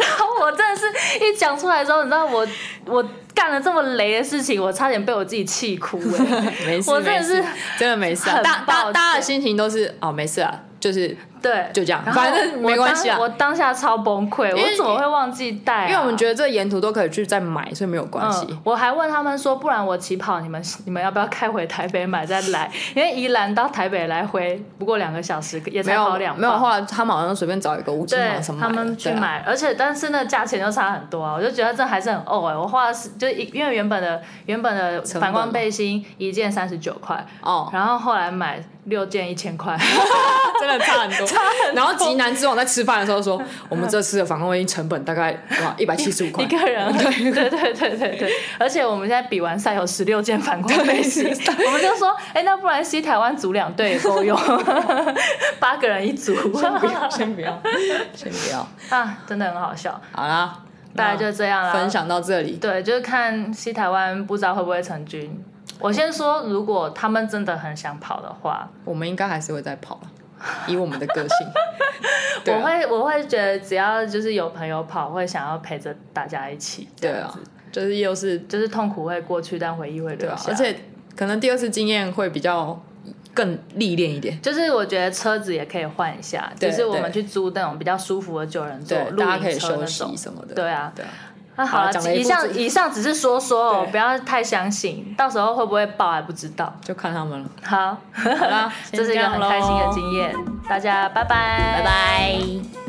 B: 然后我真的是一讲出来之后，你知道我我干了这么雷的事情，我差点被我自己气哭哎、
A: <laughs> 没事，
B: 我真的
A: 没事
B: 是
A: 真的没事、啊，
B: 很
A: 大
B: 抱
A: 大大家的
B: 歉
A: 心情都是哦，没事啊，就是
B: 对，
A: 就这样
B: 然后
A: 反正没
B: 我
A: 关系啊
B: 当我当下超崩溃，
A: 为
B: 我怎么会忘记带啊、
A: 因为我们觉得这沿途都可以去再买，所以没有关系。
B: 嗯，我还问他们说，不然我起跑，你们你们要不要开回台北买再来？因为宜兰到台北来回不过两个小时，也
A: 没
B: 才跑
A: 有
B: 两
A: 没有，
B: 磅
A: 后来他们好像随便找一个五金
B: 对
A: 行什么
B: 他
A: 买的
B: 们去
A: 对啊
B: 买，而且但是那价钱就差很多啊，我就觉得这还是很呕哎、我花了是就一因为原本的原本的
A: 成本
B: 反光
A: 嘛
B: 背心一件三十九块，
A: 哦，
B: 然后后来买六件一千块， <laughs>
A: 真的差很多，差很然后极南之王在吃饭的时候说，我们这次的访问营成本大概哇一百七
B: <laughs>
A: 十五块
B: 一，个人，对对对对对对，而且我们现在比完赛有十六件反光背
A: <laughs>
B: 心，我们就说，哎、那不然西台湾组两队也
A: <laughs>
B: 够用，八个人一组
A: 不
B: <laughs>
A: 要， <laughs> 先不要，先不要，
B: 啊，真的很好笑，
A: 好啦，
B: <laughs> 大概就这样啦。
A: 分享到这里。
B: 对，就是看西台湾不知道会不会成军。我先说，如果他们真的很想跑的话，
A: 我们应该还是会再跑啦，以我们的个
B: <laughs>
A: 性，对啊
B: 我会我会觉得只要就是有朋友跑，会想要陪着大家一起。
A: 对
B: 这样
A: 啊
B: 子，，
A: 就是又是
B: 就是痛苦会过去，但回忆会留
A: 对啊，
B: 下。
A: 而且可能第二次经验会比较更历练一点，
B: 就是我觉得车子也可以换一下，
A: 对
B: 就是我
A: 对
B: 们去租那种比较舒服的九人座
A: 对，
B: 露
A: 大家可
B: 营
A: 以
B: 车
A: 休
B: 那
A: 息
B: 种。
A: 什么的。
B: 对啊，
A: 对啊，
B: 那
A: 好
B: 好
A: 了
B: 了，
A: 讲了一
B: 以
A: 部
B: 上
A: 自己
B: 以上只是说说哦
A: 对，
B: 不要太相信，到时候会不会爆还不知道。
A: 就看他们了。
B: 好，
A: 好啦
B: <laughs> 这是一个很开心的
A: 验。
B: 经验，大家拜拜，
A: 拜拜。